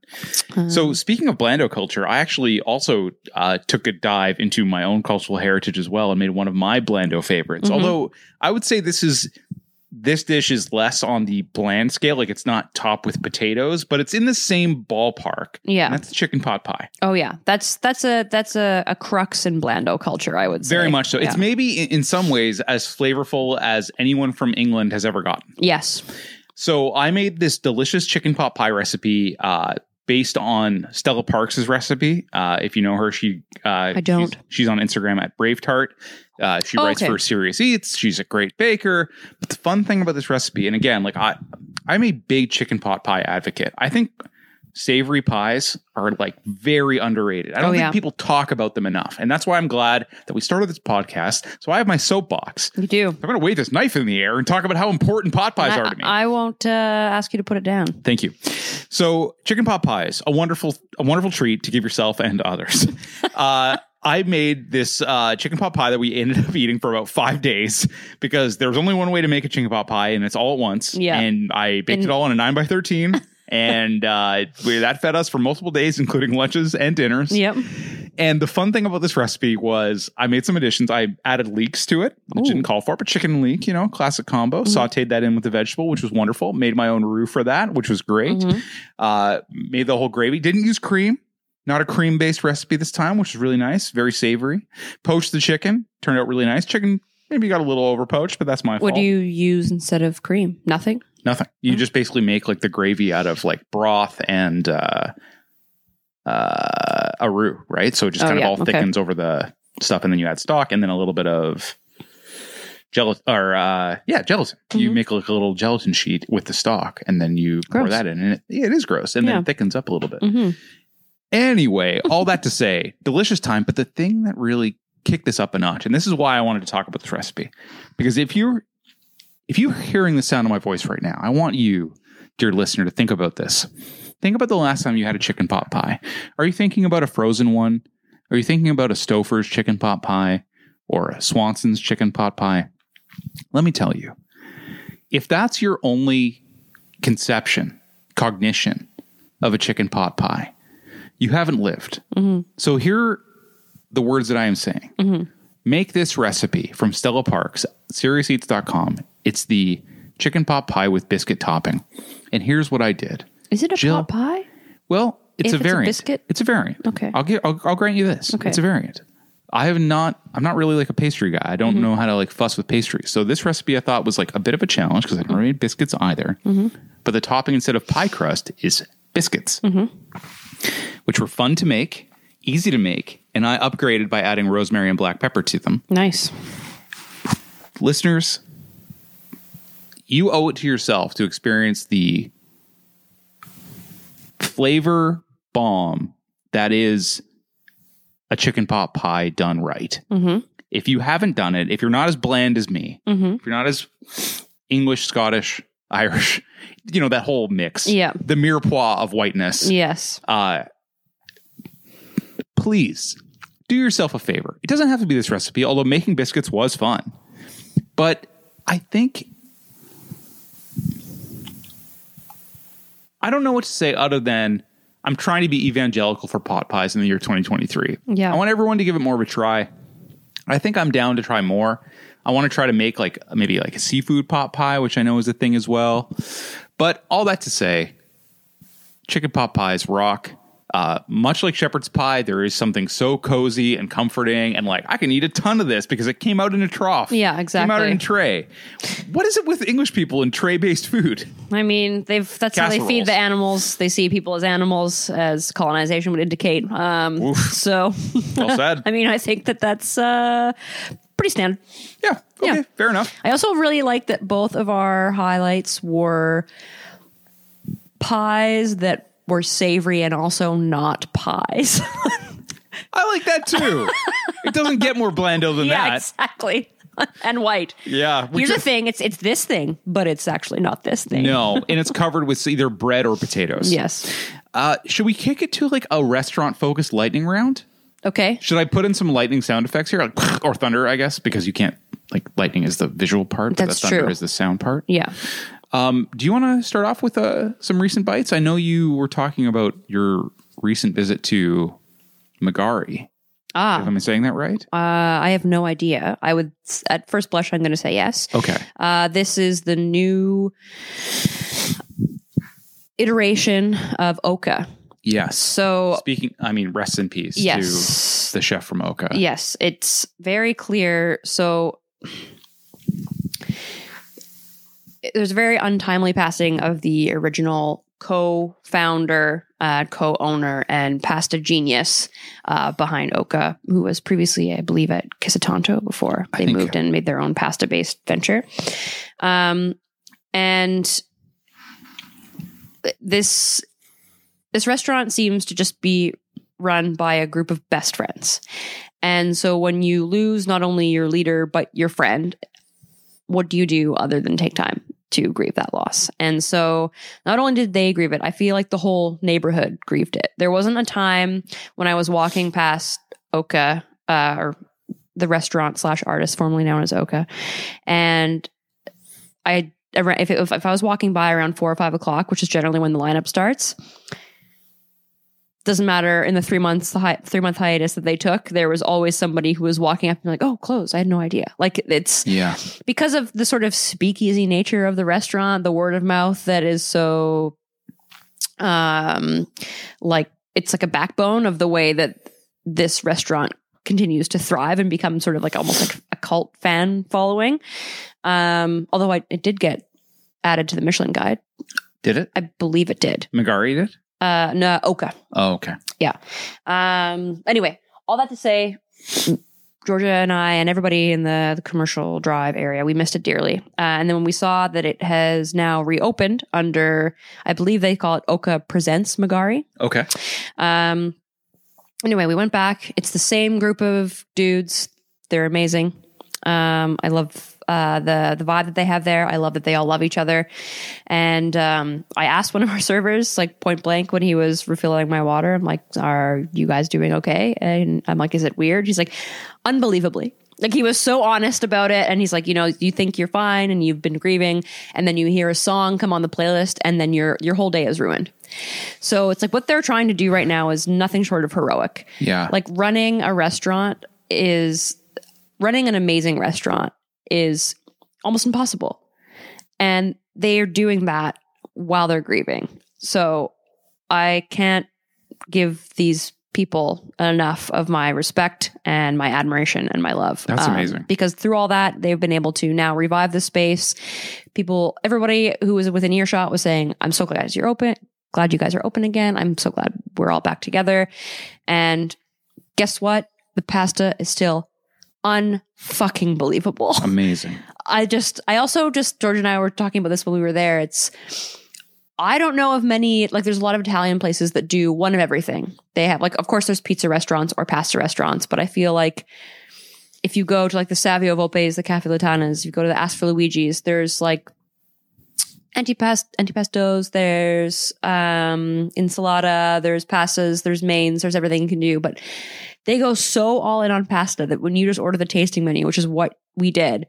C: Um,
D: So speaking of Blando culture, I actually also uh, took a dive into my own cultural heritage as well and made one of my Blando favorites.
C: Mhm.
D: Although I would say this is this dish is less on the bland scale, like it's not topped with potatoes, but it's in the same ballpark. And
C: yeah.
D: that's chicken pot pie.
C: Oh yeah. That's that's a that's a, a crux in Blando culture, I would say.
D: Very much so. It's
C: Yeah.
D: maybe in, in some ways as flavorful as anyone from England has ever gotten.
C: Yes.
D: So I made this delicious chicken pot pie recipe uh, based on Stella Parks' recipe. Uh, if you know her, she uh,
C: I don't.
D: She's, she's on Instagram at Brave Tart. Uh, she
C: Oh,
D: writes
C: okay.
D: for Serious Eats. She's a great baker. But the fun thing about this recipe, and again, like I, I'm a big chicken pot pie advocate. I think savory pies are like very underrated. I don't
C: Oh,
D: think
C: yeah.
D: people talk about them enough, and that's why I'm glad that we started this podcast. So I have my soapbox.
C: You do.
D: I'm going to wave this knife in the air and talk about how important pot pies
C: I,
D: are to me.
C: I won't uh, ask you to put it down.
D: Thank you. So, chicken pot pies, a wonderful, a wonderful treat to give yourself and others. uh, I made this uh, chicken pot pie that we ended up eating for about five days because there was only one way to make a chicken pot pie, and it's all at once.
C: Yeah.
D: and I baked
C: And-
D: it all in a nine by thirteen. and uh, we, that fed us for multiple days, including lunches and dinners.
C: Yep.
D: And the fun thing about this recipe was I made some additions. I added leeks to it, which
C: Ooh. Mm-hmm.
D: didn't call for, it, but chicken and leek, you know, classic combo. Sauteed that in with the vegetable, which was wonderful. Made my own roux for that, which was great.
C: Mhm.
D: Uh, made the whole gravy. Didn't use cream. Not a cream based recipe this time, which is really nice. Very savory. Poached the chicken. Turned out really nice. Chicken maybe got a little over poached, but that's my
C: What
D: fault.
C: do you use instead of cream? Nothing.
D: Nothing. You
C: Oh.
D: just basically make like the gravy out of like broth and uh, uh, a roux, right? So it just
C: Oh,
D: kind
C: yeah.
D: of all
C: Okay.
D: thickens over the stuff, and then you add stock, and then a little bit of gelatin, or uh, yeah, gelatin. You
C: Mhm.
D: make like a little gelatin sheet with the stock, and then you pour
C: Gross.
D: that in, and it, yeah, it is gross, and then
C: Yeah.
D: it thickens up a little bit.
C: hmm
D: Anyway, all that to say, delicious time. But the thing that really kicked this up a notch, and this is why I wanted to talk about this recipe, because if you're if you're hearing the sound of my voice right now, I want you, dear listener, to think about this. Think about the last time you had a chicken pot pie. Are you thinking about a frozen one? Are you thinking about a Stouffer's chicken pot pie or a Swanson's chicken pot pie? Let me tell you, if that's your only conception, cognition of a chicken pot pie, you haven't lived. So here are the words that I am saying. Make this recipe from Stella Parks, SeriousEats.com. It's the chicken pot pie with biscuit topping. And here's what I did.
C: Is it a
D: Jill-
C: pot pie?
D: Well, it's
C: If
D: a
C: it's a
D: variant.
C: biscuit?
D: It's a variant.
C: Okay.
D: I'll give. I'll, I'll grant you this.
C: Okay.
D: It's a variant. I have not. I'm not really like a pastry guy. I
C: Mm-hmm.
D: don't know how to like fuss with pastries. So this recipe I thought was like a bit of a challenge because I've never made biscuits either.
C: Mm-hmm.
D: But the topping instead of pie crust is biscuits,
C: Mm-hmm.
D: which were fun to make, easy to make, and I upgraded by adding rosemary and black pepper to them
C: Nice.
D: listeners, you owe it to yourself to experience the flavor bomb that is a chicken pot pie done right. If you haven't done it, if you're not as bland as me, if you're not as English, Scottish, Irish, you know, that whole mix,
C: Yeah.
D: the mirepoix of whiteness,
C: Yes.
D: uh, please do yourself a favor. It doesn't have to be this recipe, although making biscuits was fun. But I think I don't know what to say other than I'm trying to be evangelical for pot pies in the year 2023.
C: Yeah.
D: I want everyone to give it more of a try. I think I'm down to try more. I want to try to make like maybe like a seafood pot pie, which I know is a thing as well. But all that to say, chicken pot pies rock. Uh, much like shepherd's pie, there is something so cozy and comforting, and like I can eat a ton of this because it came out in a trough.
C: Yeah,
D: Came out in
C: exactly.
D: a tray. What is it with English people and tray-based food?
C: I mean, they've that's how they feed
D: Casseroles.
C: the animals. They see people as animals, as colonization would indicate. Um, so,
D: Well said.
C: I mean, I think that that's uh, pretty standard.
D: yeah. Okay.
C: Yeah.
D: Fair enough.
C: I also really like that both of our highlights were pies that were savory and also not pies.
D: I like that too. it doesn't get more blando than
C: yeah,
D: that.
C: exactly. and white.
D: Yeah. we
C: Here's
D: ju-
C: the thing: it's it's this thing, but it's actually not this thing.
D: no, and it's covered with either bread or potatoes.
C: Yes.
D: Uh, should we kick it to like a restaurant focused lightning round?
C: Okay.
D: Should I put in some lightning sound effects here, like, or thunder? I guess because you can't like lightning is the visual part, but
C: That's
D: the thunder
C: true.
D: is the sound part.
C: Yeah.
D: Um, do you want to start off with uh, some recent bites? I know you were talking about your recent visit to Magari. If
C: Ah,
D: I'm saying that right?
C: uh, I have no idea. I would, at first blush, I'm going to say yes.
D: Okay.
C: Uh, this is the new iteration of Oka.
D: Yes.
C: So,
D: Speaking, I mean, rest in peace
C: yes.
D: to the chef from Oka.
C: Yes, it's very clear. So there's a very untimely passing of the original co-founder, uh, co-owner, and pasta genius uh, behind Oka, who was previously, I believe, at Kisatanto before
D: I
C: they
D: think-
C: moved and made their own pasta-based venture. Um, and this this restaurant seems to just be run by a group of best friends. And so when you lose not only your leader, but your friend, what do you do other than take time to grieve that loss? And so not only did they grieve it, I feel like the whole neighborhood grieved it. There wasn't a time when I was walking past Oka uh, or the restaurant slash artist formerly known as Oka, and I if, it, if I was walking by around four or five o'clock, which is generally when the lineup starts, doesn't matter in the three months the hi- three month hiatus that they took there was always somebody who was walking up and like oh closed i had no idea like it's
D: Yeah.
C: because of the sort of speakeasy nature of the restaurant the word of mouth that is so um like it's like a backbone of the way that this restaurant continues to thrive and become sort of like almost like a cult fan following um although I, it did get added to the michelin guide
D: Did it?
C: i believe it did
D: Magari did?
C: uh no oka
D: Oh, okay.
C: um, anyway, all that to say, Georgia and I and everybody in the, the commercial drive area, we missed it dearly. Uh, and then when we saw that it has now reopened under, I believe they call it Oka Presents Magari.
D: Okay.
C: Um, anyway, we went back. It's the same group of dudes. They're amazing. Um, I love uh, the the vibe that they have there. I love that they all love each other. And um, I asked one of our servers, like point blank, when he was refilling my water, I'm like, "Are you guys doing okay?" And I'm like, "Is it weird?" He's like, "Unbelievably." Like he was so honest about it, and he's like, you know, you think you're fine and you've been grieving, and then you hear a song come on the playlist, and then your your whole day is ruined. So it's like what they're trying to do right now is nothing short of heroic.
D: Yeah.
C: Like running a restaurant is running an amazing restaurant is almost impossible. And they are doing that while they're grieving. So I can't give these people enough of my respect and my admiration and my love. Um,
D: That's amazing.
C: Because through all that, they've been able to now revive the space. People, everybody who was within earshot was saying, I'm so glad you're open. Glad you guys are open again. I'm so glad we're all back together. And guess what? The pasta is still unfucking believable.
D: Um, Amazing.
C: I just, I also just, George and I were talking about this while we were there. It's, I don't know of many, like, there's a lot of Italian places that do one of everything. They have, like, of course, there's pizza restaurants or pasta restaurants, but I feel like if you go to, like, the Savio Volpe's, the Cafe Latanas, you go to the Ask for Luigi's, there's, like, antipast antipastos there's um insalata there's pastas there's mains there's everything you can do but they go so all in on pasta that when you just order the tasting menu which is what we did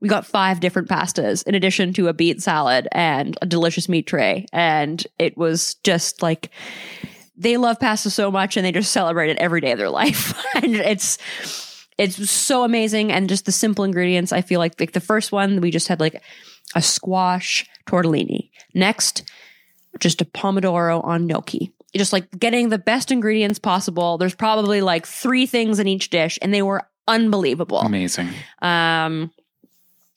C: we got five different pastas in addition to a beet salad and a delicious meat tray and it was just like they love pasta so much and they just celebrate it every day of their life and it's it's so amazing and just the simple ingredients i feel like like the first one we just had like a squash tortellini next just a pomodoro on gnocchi just like getting the best ingredients possible there's probably like three things in each dish and they were unbelievable
D: Amazing.
C: um,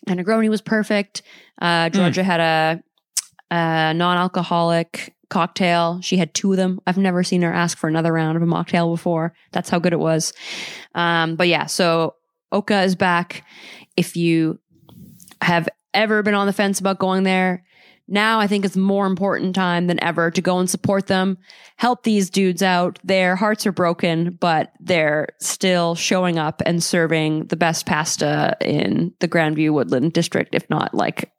C: and Negroni was perfect. Uh, Georgia had a, a non-alcoholic cocktail. She had two of them. I've never seen her ask for another round of a mocktail before. That's how good it was. Um, but yeah, so Oka is back. If you have ever been on the fence about going there, now I think it's more important time than ever to go and support them, help these dudes out. Their hearts are broken, but they're still showing up and serving the best pasta in the Grandview Woodland district, if not like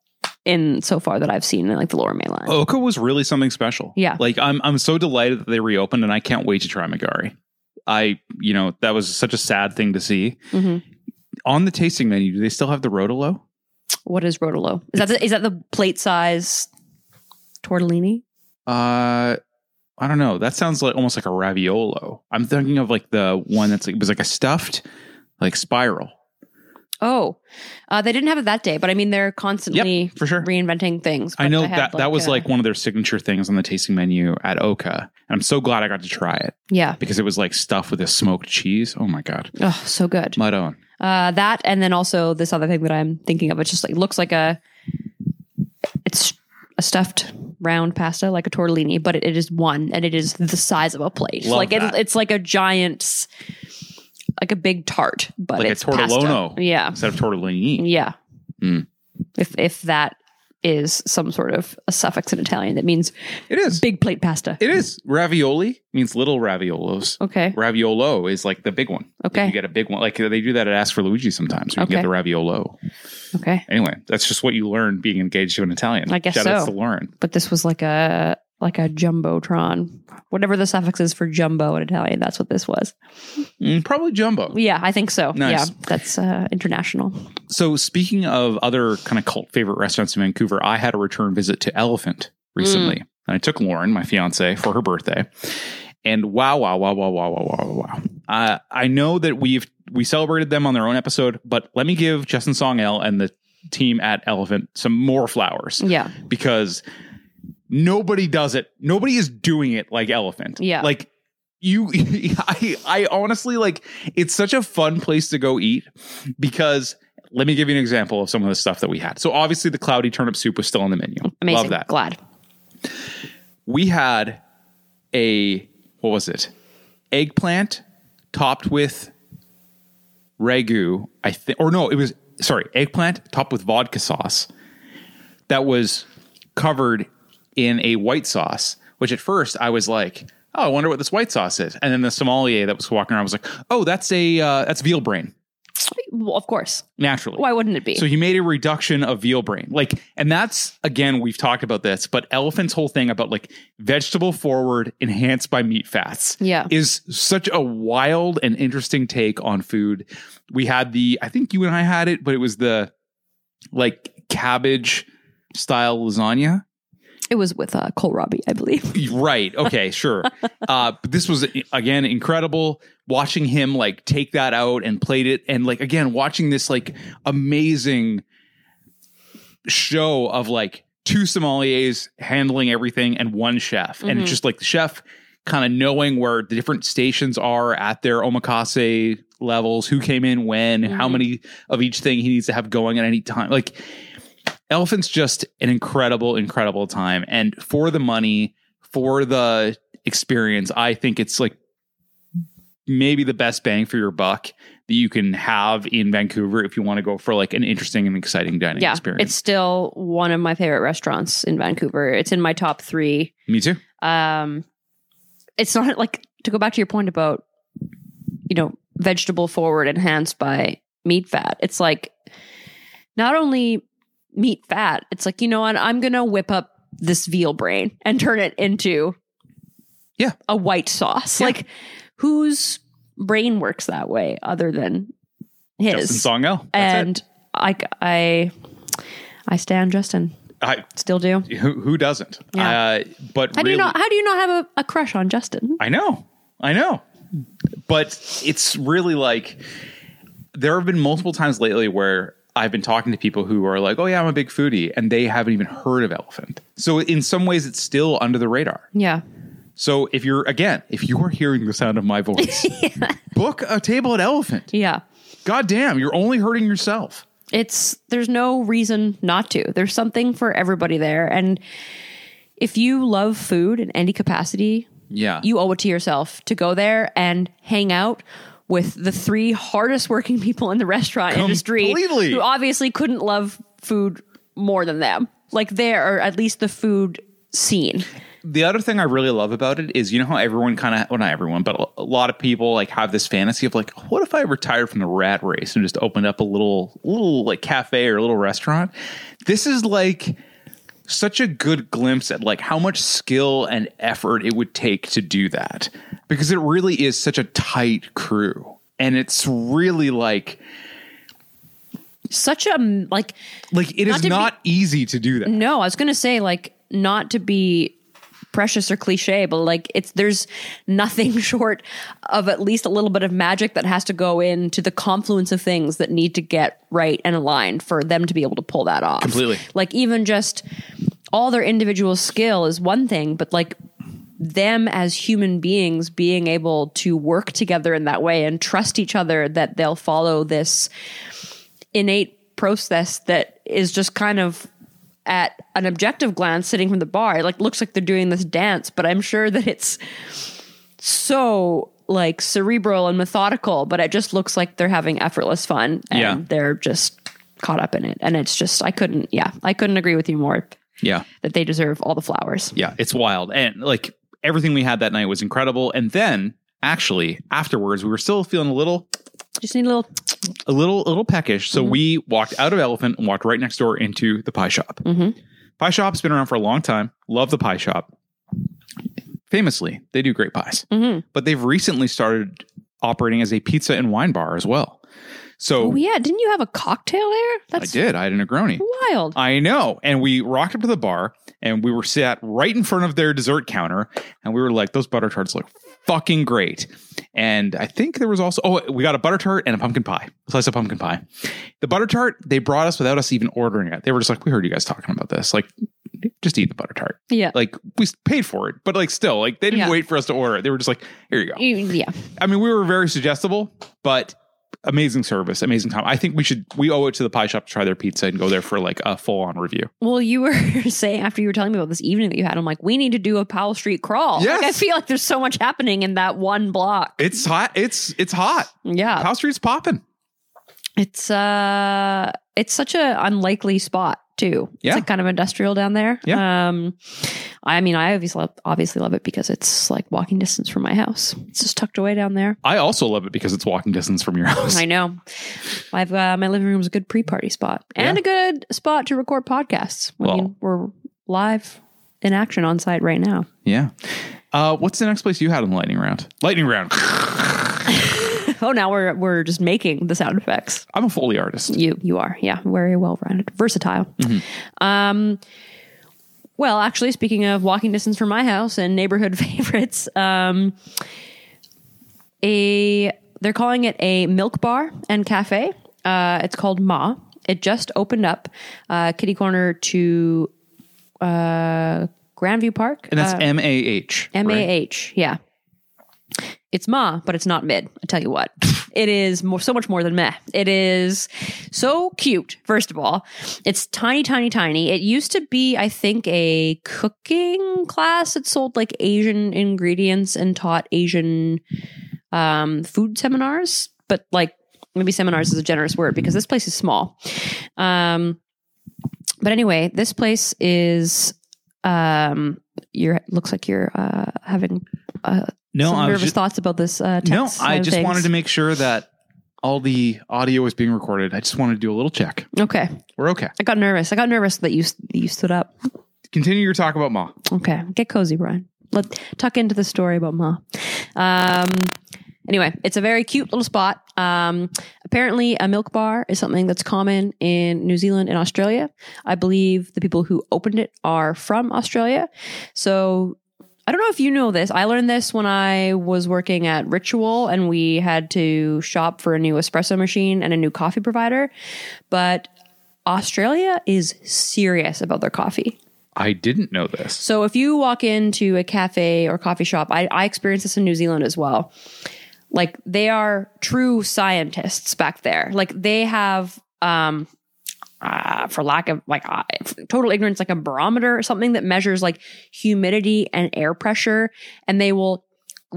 C: in so far that I've seen in like the Lower Mainland.
D: Oka was really something special.
C: Yeah.
D: Like I'm I'm so delighted that they reopened and I can't wait to try Magari. I, you know, that was such a sad thing to see.
C: Mhm.
D: On the tasting menu, do they still have the Rotolo?
C: what is rotolo? Is that the, is that the plate size tortellini?
D: Uh, I don't know. That sounds like almost like a raviolo. I'm thinking of like the one that's like it was like a stuffed like spiral.
C: Oh, uh, they didn't have it that day, but I mean they're constantly
D: for sure.
C: reinventing things.
D: I
C: but
D: know
C: they had,
D: that that was
C: uh,
D: like one of their signature things on the tasting menu at Oka, and I'm so glad I got to try it
C: yeah,
D: because it was like stuffed with a smoked cheese. Oh my god,
C: oh so good.
D: my own.
C: Uh, that and then also this other thing that I'm thinking of. It just like looks like a it's a stuffed round pasta like a tortellini, but it, it is one and it is the size of a plate.
D: Love
C: like it,
D: that.
C: it's like a giant, s- like a big tart, but
D: Like a
C: it's pasta.
D: tortelloni.
C: Yeah,
D: Instead of tortellini,
C: yeah.
D: Mm.
C: If if that is some sort of a suffix in Italian that means
D: it is.
C: big plate pasta.
D: It is ravioli means little raviolos.
C: Mm. okay.
D: Raviolo is like the big one.
C: Okay.
D: you get a big one. Like they do that at Ask for Luigi sometimes. Where you can
C: Okay.
D: get the raviolo.
C: Okay.
D: Anyway, that's just what you learn being engaged to an Italian.
C: I guess
D: Shout outs
C: so.
D: to Lauren.
C: but this was like a like a jumbotron whatever the suffix is for jumbo in italian that's what this was
D: Mm, probably jumbo.
C: yeah i think so
D: Nice.
C: yeah that's uh international
D: So speaking of other kind of cult favorite restaurants in Vancouver, I had a return visit to Elephant recently. And I took Lauren, my fiance, for her birthday. And wow, wow, wow, wow, wow, wow, wow, wow. Uh, I know that we've we celebrated them on their own episode, but let me give Justin Songel and the team at Elephant some more flowers
C: yeah
D: because nobody does it. Nobody is doing it like Elephant.
C: Yeah.
D: Like you I I honestly like it's such a fun place to go eat because let me give you an example of some of the stuff that we had. So obviously the cloudy turnip soup was still on the menu. Love
C: amazing
D: that.
C: glad
D: We had a what was it? Eggplant topped with ragu, I think or no, it was sorry, eggplant topped with vodka sauce that was covered in a white sauce, which at first I was like, oh, I wonder what this white sauce is. And then the sommelier that was walking around was like, oh, that's a uh, that's veal brain
C: well, of course
D: naturally.
C: why wouldn't it be
D: So he made a reduction of veal brain. Like, and that's again, we've talked about this, but elephant's whole thing about like vegetable forward enhanced by meat fats.
C: Yeah.
D: Is such a wild and interesting take on food. We had the, I think you and I had it, but it was the like cabbage style lasagna.
C: it was with uh kohlrabi i believe
D: Right. Okay. Sure. uh, but this was again incredible. Watching him like take that out and plate it, and like again watching this like amazing show of like two sommeliers handling everything and one chef,
C: Mm-hmm.
D: and it's just like the chef kind of knowing where the different stations are at their omakase levels, who came in when, how
C: Mm-hmm.
D: many of each thing he needs to have going at any time, like. Elephant's just an incredible, incredible time. And for the money, for the experience, I think it's like maybe the best bang for your buck that you can have in Vancouver if you want to go for like an interesting and exciting dining
C: yeah it's
D: experience.
C: still one of my favorite restaurants in vancouver it's in my top three
D: Me too.
C: um it's not like to go back to your point about you know vegetable forward enhanced by meat fat it's like not only meat fat it's like you know what i'm gonna whip up this veal brain and turn it into
D: Yeah.
C: a white sauce
D: Yeah.
C: like whose brain works that way other than his
D: Justin Songel. That's it.
C: and i i i stand justin
D: I,
C: still do
D: who, who doesn't?
C: Yeah.
D: Uh, but
C: how do
D: really,
C: you not how do you not have a, a crush on justin
D: I know. I know. But it's really like there have been multiple times lately where I've been talking to people who are like, "Oh yeah, I'm a big foodie," and they haven't even heard of elephant. So in some ways it's still under the radar.
C: yeah
D: So if you're again, if you are hearing the sound of my voice, book a table at elephant.
C: Yeah.
D: God damn, you're only hurting yourself.
C: It's there's no reason not to. There's something for everybody there and if you love food in any capacity,
D: Yeah.
C: you owe it to yourself to go there and hang out with the three hardest working people in the restaurant
D: Completely.
C: industry who obviously couldn't love food more than them. Like there or at least the food scene.
D: the other thing I really love about it is you know how everyone kind of well not everyone but a- a lot of people like have this fantasy of like what if I retired from the rat race and just opened up a little little like cafe or a little restaurant. This is like such a good glimpse at like how much skill and effort it would take to do that because it really is such a tight crew and it's really like
C: Such a mm, like
D: Like it is
C: Not
D: not
C: to be- Mm-hmm.
D: easy to do that.
C: no, I was gonna say like not to be precious or cliche, but like it's there's nothing short of at least a little bit of magic that has to go into the confluence of things that need to get right and aligned for them to be able to pull that off.
D: Completely.
C: Like even just all their individual skill is one thing, but like them as human beings being able to work together in that way and trust each other that they'll follow this innate process that is just kind of at an objective glance sitting from the bar it, like looks like they're doing this dance but i'm sure that it's so like cerebral and methodical but it just looks like they're having effortless fun and
D: Yeah.
C: they're just caught up in it and it's just i couldn't yeah i couldn't agree with you more
D: Yeah.
C: that they deserve all the flowers
D: Yeah, it's wild. And like everything we had that night was incredible. And then actually afterwards we were still feeling a little
C: just need a little
D: a little a little peckish.
C: Mm-hmm.
D: So we walked out of Elephant and walked right next door into the pie shop.
C: Mhm.
D: Pie shop's been around for a long time. Love the pie shop. Famously, they do great pies.
C: Mhm.
D: But they've recently started operating as a pizza and wine bar as well. So
C: oh yeah didn't you have a cocktail there
D: I
C: that's
D: did. I had a Negroni.
C: wild
D: I know. And we rocked up to the bar and we were sat right in front of their dessert counter and we were like, those butter tarts look fucking great. And I think there was also, oh, we got a butter tart and a pumpkin pie, a slice of pumpkin pie. The butter tart, they brought us without us even ordering it. They were just like, we heard you guys talking about this. Like, just eat the butter tart.
C: yeah
D: Like, we paid for it, but like, still, like, they didn't
C: Yeah.
D: wait for us to order it. They were just like, here you go.
C: You- yeah
D: I mean, we were very suggestible, but amazing service, amazing time. I think we should, we owe it to the pie shop to try their pizza and go there for like a full on review.
C: Well, you were saying after you were telling me about this evening that you had, I'm like, we need to do a Powell Street crawl.
D: Yes.
C: Like, I feel like there's so much happening in that one block.
D: It's hot. It's it's hot.
C: Yeah.
D: Powell Street's popping.
C: it's uh it's such a unlikely spot too.
D: Yeah.
C: It's like kind of industrial down there.
D: Yeah.
C: Um I mean I obviously love, obviously love it because it's like walking distance from my house. It's just tucked away down there.
D: I also love it because it's walking distance from your house.
C: I know. I've uh, my living room's a good pre-party spot and
D: Yeah.
C: a good spot to record podcasts. I
D: Well-
C: mean, we're live in action on site right now.
D: Yeah. Uh, what's the next place you had in the lightning round? Lightning round.
C: Oh, now we're we're just making the sound effects.
D: I'm a Foley artist.
C: You you are yeah, very well rounded, versatile. Um, well, actually, speaking of walking distance from my house and neighborhood favorites, um, a they're calling it a milk bar and cafe. Uh, it's called Ma. It just opened up uh, kitty corner to uh, Grandview Park.
D: And that's M A H.
C: M A H. Yeah. It's ma, but it's not mid. I tell you what, it is more, so much more than meh. It is so cute. First of all, it's tiny, tiny, tiny. It used to be, I think, a cooking class. It sold like Asian ingredients and taught Asian um, food seminars, but like maybe seminars is a generous word because this place is small. Um, but anyway, this place is um, you're looks like you're uh, having uh,
D: No,
C: some
D: I
C: nervous
D: was just,
C: thoughts about this. Uh, text
D: no.
C: side
D: I
C: of
D: just
C: things.
D: wanted to make sure that all the audio was being recorded. I just wanted to do a little check.
C: Okay,
D: We're okay.
C: I got nervous. I got nervous that you you stood up.
D: Continue your talk about Ma.
C: Okay, get cozy, Brian. Let tuck into the story about Ma. Um, anyway, it's a very cute little spot. Um, apparently, a milk bar is something that's common in New Zealand and Australia. I believe the people who opened it are from Australia. So I don't know if you know this. I learned this when I was working at Ritual and we had to shop for a new espresso machine and a new coffee provider. But Australia is serious about their coffee.
D: I didn't know this.
C: So if you walk into a cafe or coffee shop, I, I experienced this in New Zealand as well. Like they are true scientists back there. Like they have, um, uh, for lack of like uh, total ignorance, like a barometer or something that measures like humidity and air pressure, and they will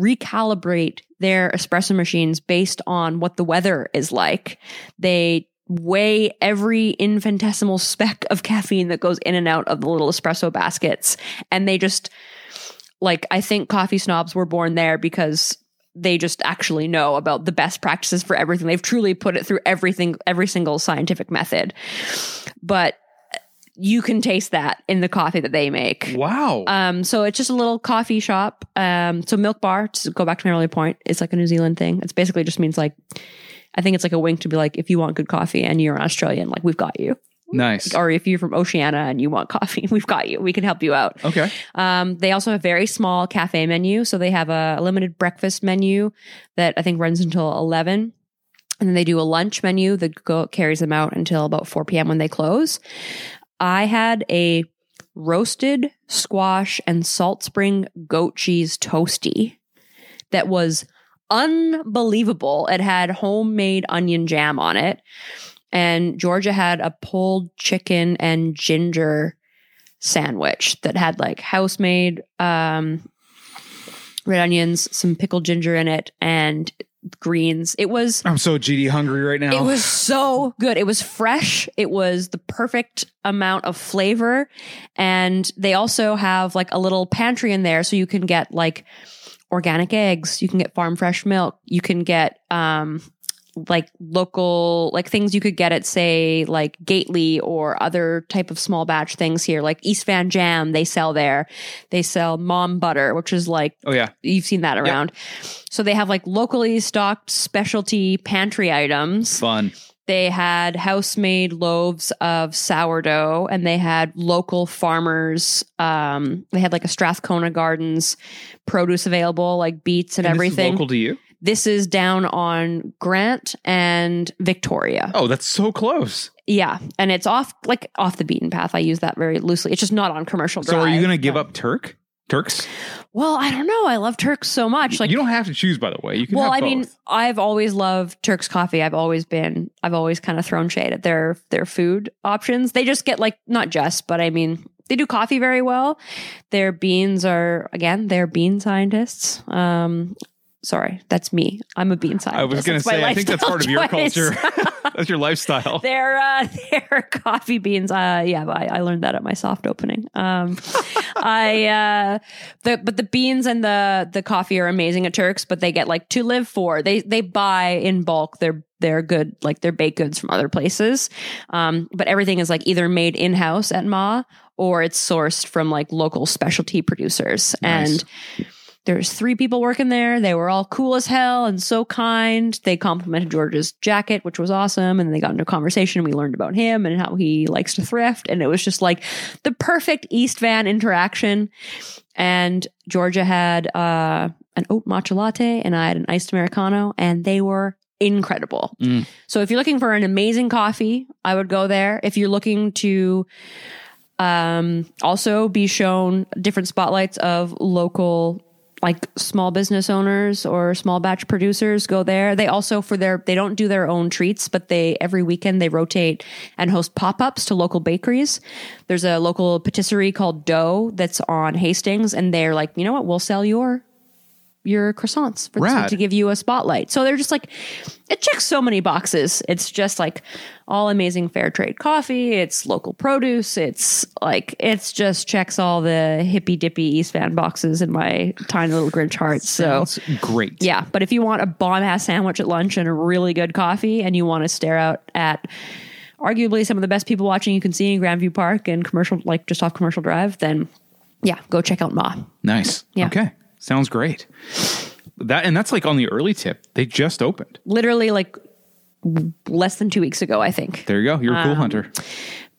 C: recalibrate their espresso machines based on what the weather is like. They weigh every infinitesimal speck of caffeine that goes in and out of the little espresso baskets. And they just, like, I think coffee snobs were born there because they just actually know about the best practices for everything. They've truly put it through everything, every single scientific method. But you can taste that in the coffee that they make.
D: Wow.
C: Um, so it's just a little coffee shop. Um, so milk bar, to go back to my earlier point, it's like a New Zealand thing. It's basically just means like I think it's like a wink to be like, if you want good coffee and you're an Australian, like we've got you.
D: Nice.
C: Or if you're from Oceania and you want coffee, we've got you. We can help you out.
D: Okay.
C: Um, they also have very small cafe menu. So they have a limited breakfast menu that I think runs until 11. And then they do a lunch menu that go, carries them out until about 4 p.m. when they close. I had a roasted squash and salt spring goat cheese toasty that was unbelievable. It had homemade onion jam on it. And Georgia had a pulled chicken and ginger sandwich that had like house made um, red onions, some pickled ginger in it, and greens. It was
D: I'm so GD hungry right now.
C: it was so good. It was fresh. It was the perfect amount of flavor. And they also have like a little pantry in there so you can get like organic eggs, you can get farm fresh milk, you can get um like local like things you could get at say like Gately or other type of small batch things here like East Van Jam they sell there. They sell mom butter which is like
D: oh yeah.
C: you've seen that around. So they have like locally stocked specialty pantry items
D: Fun.
C: they had house made loaves of sourdough and they had local farmers um they had like a strathcona gardens produce available like beets and,
D: And this is
C: everything
D: local to you.
C: this is down on grant and victoria
D: Oh, that's so close.
C: yeah and it's off like off the beaten path i use that very loosely it's just not on commercial
D: So are you
C: drive.
D: going to give up Turk? Turks?
C: well i don't know i love turks so much like
D: you don't have to choose, by the way. You can.
C: well,
D: have
C: I mean,
D: both.
C: I've always loved Turk's coffee. I've always been, I've always kind of thrown shade at their their food options. They just get like not just, but I mean, they do coffee very well. Their beans are again, they're bean scientists. Um, sorry, that's me. I'm a bean scientist.
D: I was going to
C: That's
D: say,
C: my
D: I think that's
C: lifestyle
D: part of your
C: choice.
D: culture. that's your lifestyle.
C: They're uh, they're coffee beans. Uh, yeah, I, I learned that at my soft opening. Um, I uh, the but the beans and the the coffee are amazing at Turks, but they get like to live for. They they buy in bulk. They're they're good like their baked goods from other places, um, but everything is like either made in house at Ma or it's sourced from like local specialty producers
D: Nice.
C: and there's three people working there. They were all cool as hell and so kind. They complimented George's jacket, which was awesome. And they got into a conversation and we learned about him and how he likes to thrift. And it was just like the perfect East Van interaction. And Georgia had uh, an oat matcha latte and I had an iced Americano and they were incredible.
D: Mm.
C: So if you're looking for an amazing coffee, I would go there. If you're looking to um, also be shown different spotlights of local like small business owners or small batch producers go there they also for their they don't do their own treats but they every weekend they rotate and host pop-ups to local bakeries there's a local patisserie called dough that's on hastings and they're like you know what we'll sell your your croissants for this
D: Rad.
C: week to give you a spotlight so they're just like it checks so many boxes it's just like all amazing fair trade coffee it's local produce it's like it's just checks all the hippy dippy east van boxes in my tiny little grinch heart so
D: Sounds great.
C: yeah, but if you want a bomb ass sandwich at lunch and a really good coffee, and you want to stare out at arguably some of the best people watching you can see in Grandview Park and commercial, like just off Commercial Drive, then yeah, go check out Ma.
D: Nice.
C: Yeah.
D: Okay. Sounds great. That and that's like on the early tip. They just opened.
C: Literally like w- less than two weeks ago, I think.
D: There you go. You're a
C: Um.
D: cool hunter.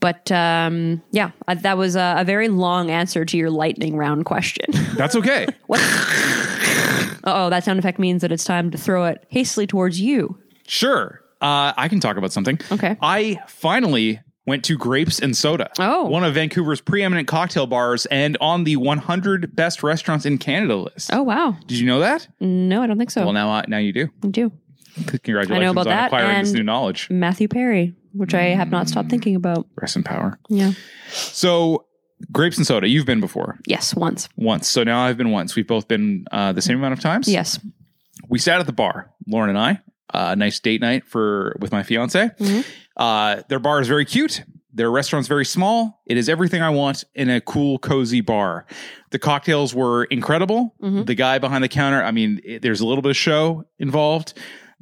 C: But um, yeah, I, that was a, a very long answer to your lightning round question.
D: That's okay.
C: what? oh, that sound effect means that it's time to throw it hastily towards you.
D: Sure. Uh, I can talk about something.
C: Okay.
D: I finally went to Grapes and Soda.
C: Oh.
D: One of Vancouver's preeminent cocktail bars and on the 100 best restaurants in Canada list.
C: Oh wow!
D: Did you know that?
C: No, I don't think so.
D: Well, now I now you do.
C: I do.
D: Congratulations
C: I know about
D: on
C: that,
D: acquiring this
C: and-
D: new knowledge.
C: Matthew Perry, which I have not stopped thinking about.
D: Rest in power.
C: Yeah.
D: So, Grapes and Soda, you've been before
C: Yes, once.
D: once. So now I've been once. We've both been uh, the same amount of times.
C: Yes.
D: we sat at the bar, Lauren and I. Uh, nice date night for with my fiance.
C: Mhm.
D: Uh, their bar is very cute. Their restaurant's very small. It is everything I want in a cool, cozy bar. The cocktails were incredible.
C: Mhm.
D: The guy behind the counter, I mean, it, there's a little bit of show involved.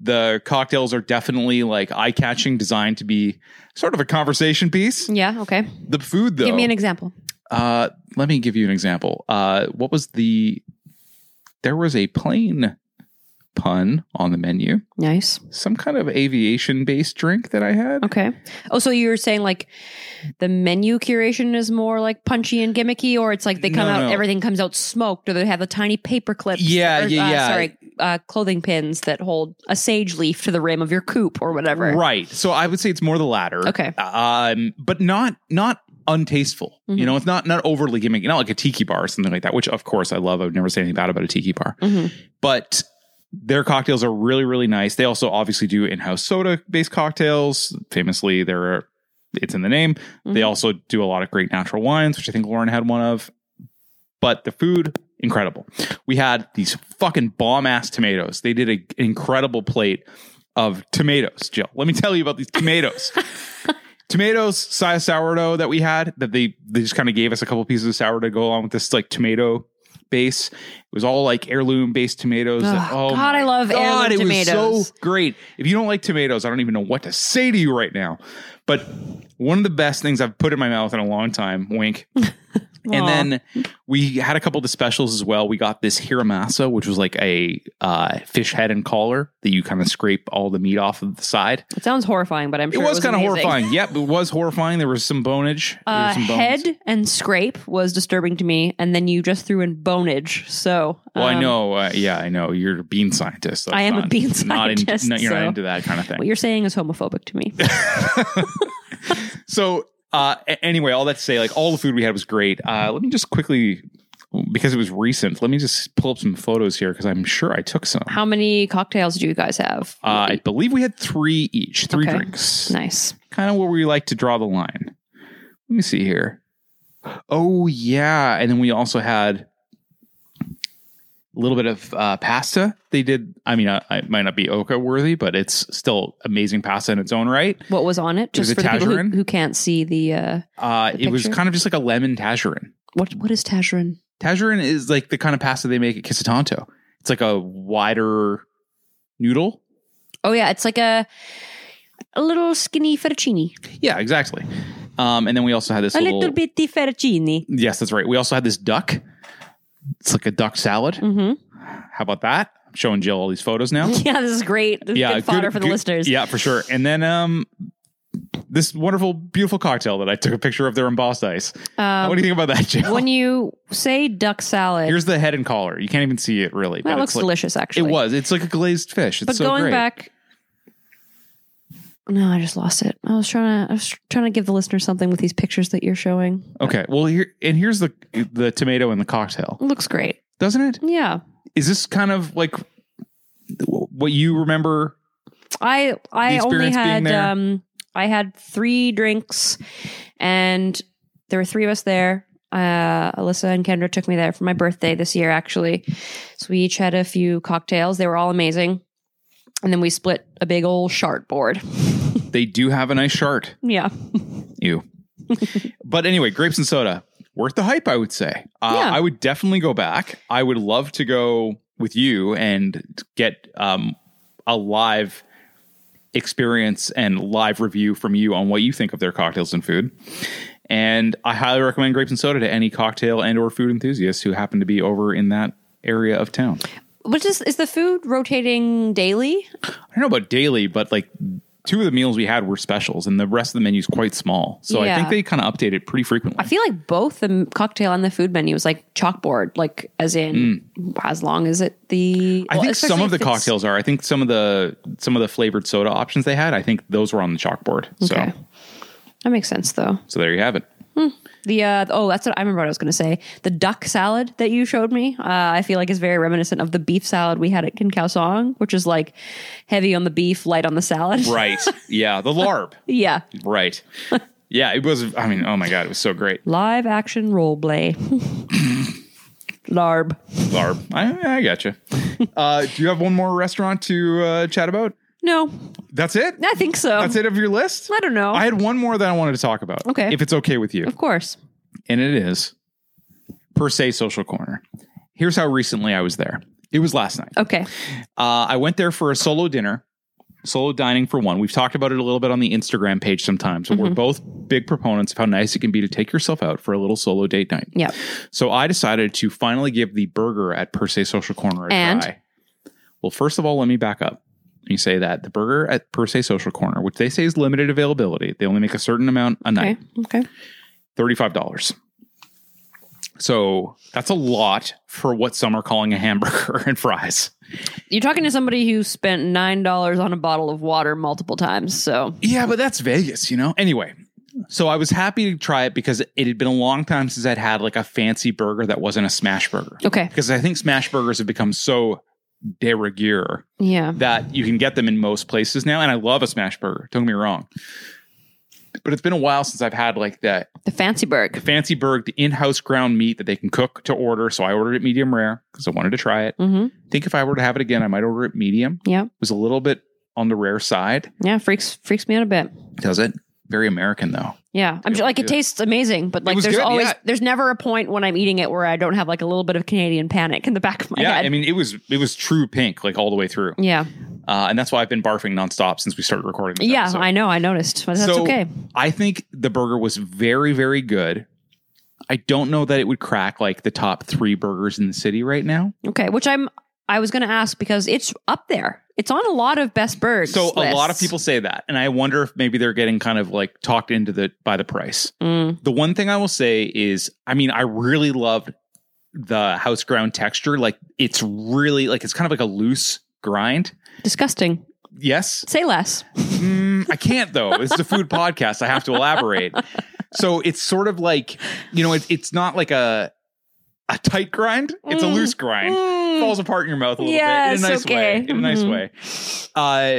D: The cocktails are definitely like eye catching, designed to be sort of a conversation piece.
C: Yeah. Okay.
D: The food, though,
C: Mm-hmm. Give me an example.
D: uh, let me give you an example. Uh, what was the? There was a plain pun on the menu.
C: Nice.
D: Some kind of aviation based drink that I had.
C: Okay. Oh, so you were saying like the menu curation is more like punchy and gimmicky, or it's like they come
D: No,
C: out,
D: no.
C: everything comes out smoked, or they have the tiny paper clips.
D: Yeah,
C: or,
D: yeah,
C: uh,
D: yeah.
C: Sorry, uh, clothing pins that hold a sage leaf to the rim of your coupe or whatever.
D: Right. So I would say it's more the latter.
C: Okay.
D: Um, but not not untasteful.
C: Mhm.
D: You know, it's not not overly gimmicky, not like a tiki bar or something like that, which of course I love. I would never say anything bad about a tiki bar.
C: Mhm.
D: But their cocktails are really, really nice. They also obviously do in-house soda-based cocktails. Famously, there are it's in the name. They
C: Mhm.
D: also do a lot of great natural wines, which I think Lauren had one of. But the food, incredible. We had these fucking bomb ass tomatoes. They did a, an incredible plate of tomatoes, Jill. Let me tell you about these tomatoes. tomatoes, size sourdough that we had that they they just kind of gave us a couple pieces of sourdough to go along with this like tomato base. It was all like heirloom based tomatoes. that-
C: Oh, God,
D: my
C: I love heirloom
D: it was
C: tomatoes.
D: so great. If you don't like tomatoes, I don't even know what to say to you right now. But one of the best things I've put in my mouth in a long time, wink.
C: Aw.
D: And then we had a couple of the specials as well. We got this hiramasa, which was like a uh, fish head and collar that you kind of scrape all the meat off of the side.
C: It sounds horrifying, but I'm
D: It
C: sure
D: was, kind of
C: amazing.
D: horrifying. Yep, it was horrifying. There was some bonage. There
C: Uh,
D: was some bones.
C: head and scrape was disturbing to me, and then you just threw in bonage. So
D: Well, I
C: um,
D: know. Uh, yeah, I know. You're a bean scientist. That's
C: I am a
D: not-
C: bean
D: Not into-
C: scientist,
D: no, you're
C: so-
D: not into that kind of thing.
C: What you're saying is homophobic to me.
D: so uh a- anyway all that to say like all the food we had was great uh let me just quickly because it was recent let me just pull up some photos here because i'm sure i took some uh,
C: How many cocktails do you guys have?
D: i believe we had three each three
C: Okay.
D: drinks
C: nice.
D: kind of where we like to draw the line let me see here oh yeah and then we also had a little bit of uh, pasta they did i mean uh, it might not be oka worthy but it's still amazing pasta in its own right
C: What was on it?
D: There's
C: Just
D: a
C: for the people who,
D: tangerine.
C: who can't see the uh,
D: uh,
C: The
D: it was
C: picture?
D: kind of just like a lemon tangerine
C: what what is tangerine?
D: Tangerine is like the kind of pasta they make at Kisatanto. It's like a wider noodle.
C: Oh yeah, it's like a a little skinny fettuccine,
D: Yeah, exactly. Um, and then we also had this
C: a
D: little,
C: little bitty fettuccine.
D: Yes, that's right. We also had this duck. It's like a duck salad.
C: hmm
D: How about that? I'm showing Jill all these photos now.
C: Yeah, this is great. This is
D: yeah,
C: good fodder for the
D: good-
C: listeners.
D: Yeah, for sure. And then um, this wonderful, beautiful cocktail that I took a picture of there in Boss Ice.
C: Um,
D: what do you think about that, Jill?
C: when you say duck salad,
D: Here's the head and collar. You can't even see it really.
C: that
D: but
C: looks
D: it's like-
C: delicious. Actually,
D: It was. It's like a glazed fish. It's
C: But
D: so
C: going
D: great.
C: back, no, I just lost it. I was trying to I was trying to give the listeners something with these pictures that you're showing.
D: Okay. Well, here and here's the the tomato and the cocktail,
C: It looks great.
D: doesn't it?
C: Yeah.
D: Is this kind of like what you remember?
C: I
D: The
C: I only
D: experience being
C: had
D: there?
C: um I had three drinks and there were three of us there. Uh Alyssa and Kendra took me there for my birthday this year actually. So we each had a few cocktails. They were all amazing. And then we split a big old shard board.
D: They do have a nice chart.
C: Yeah.
D: You. but anyway, grapes and soda worth the hype. I would say. Uh,
C: Yeah.
D: I would definitely go back. I would love to go with you and get um, a live experience and live review from you on what you think of their cocktails and food. And I highly recommend grapes and soda to any cocktail and or food enthusiasts who happen to be over in that area of town.
C: Which is is the food rotating daily?
D: I don't know about daily, but like two of the meals we had were specials and the rest of the menu is quite small. So I
C: Yeah.
D: think they kind of update it pretty frequently.
C: I feel like both the m- cocktail and the food menu is like chalkboard, like as in as long as it the
D: Hmm. I
C: well,
D: think some
C: especially
D: of the
C: if it's-
D: cocktails are. I think some of the some of the flavored soda options they had, I think those were on the chalkboard. So
C: Okay. That makes sense though.
D: so there you have it.
C: The uh, oh, that's what I remember. What I was going to say the duck salad that you showed me. Uh, I feel like is very reminiscent of the beef salad we had at Kin Khao Song, which is like heavy on the beef, light on the salad.
D: Right. yeah, the larb.
C: yeah,
D: Right. Yeah, it was I mean, oh my god, it was so great.
C: live action role play. Larb.
D: Larb. I I gotcha. Uh do you have one more restaurant to uh chat about?
C: No,
D: That's it?
C: I think so.
D: That's it of your list?
C: I don't know.
D: I had one more that I wanted to talk about.
C: Okay.
D: If it's okay with you.
C: of course.
D: and it is per se social corner. Here's how recently I was there. It was last night.
C: Okay.
D: Uh, I went there for a solo dinner, solo dining for one. We've talked about it a little bit on the Instagram page sometimes, but
C: Mm-hmm.
D: we're both big proponents of how nice it can be to take yourself out for a little solo date night.
C: Yep.
D: So I decided to finally give the burger at per se social corner a
C: And?
D: try. Well, first of all, let me back up. You say that the burger at Per Se Social Corner, which they say is limited availability, they only make a certain amount a night.
C: Okay. Okay.
D: $35. So that's a lot for what some are calling a hamburger and fries.
C: You're talking to somebody who spent nine dollars on a bottle of water multiple times. So
D: Yeah, but that's Vegas, you know? Anyway, so I was happy to try it because it had been a long time since I'd had like a fancy burger that wasn't a smash burger.
C: okay.
D: Because I think smash burgers have become so de rigueur
C: Yeah.
D: that you can get them in most places now. And I love a smash burger, don't get me wrong. But it's been a while since I've had like that
C: The fancy burg.
D: fancy burg, the in-house ground meat that they can cook to order. So I ordered it medium rare because I wanted to try it.
C: Mm-hmm.
D: I think if I were to have it again, I might order it medium.
C: Yeah.
D: It was a little bit on the rare side.
C: Yeah. Freaks freaks me out a bit.
D: Does it? Very American though.
C: Yeah. I'm
D: Yeah,
C: ju- like it
D: yeah.
C: tastes amazing, but like
D: was
C: there's
D: good,
C: always
D: yeah.
C: there's never a point when I'm eating it where I don't have like a little bit of Canadian panic in the back of my
D: yeah,
C: head.
D: I mean it was it was true pink like all the way through,
C: yeah.
D: uh, and that's why I've been barfing nonstop since we started recording. This
C: Yeah,
D: episode.
C: I know. I noticed, but that's
D: So-
C: okay.
D: I think the burger was very very good. I don't know that it would crack like the top three burgers in the city right now.
C: Okay, which I'm. I was going to ask because it's up there. It's on a lot of best birds.
D: So a lot of
C: lists.
D: people say that, and I wonder if maybe they're getting kind of like talked into the by the price.
C: Mm,
D: The one thing I will say is, I mean, I really loved the house ground texture. Like it's really like it's kind of like a loose grind.
C: disgusting.
D: Yes,
C: Say less.
D: Mm, I can't though. This is a food podcast. I have to elaborate. So it's sort of like you know, it, it's not like a a tight grind. It's a
C: Mm.
D: loose grind
C: Mm.
D: falls apart in your mouth a little bit
C: Yes,
D: in a nice
C: okay.
D: way. In a nice
C: Mhm.
D: way.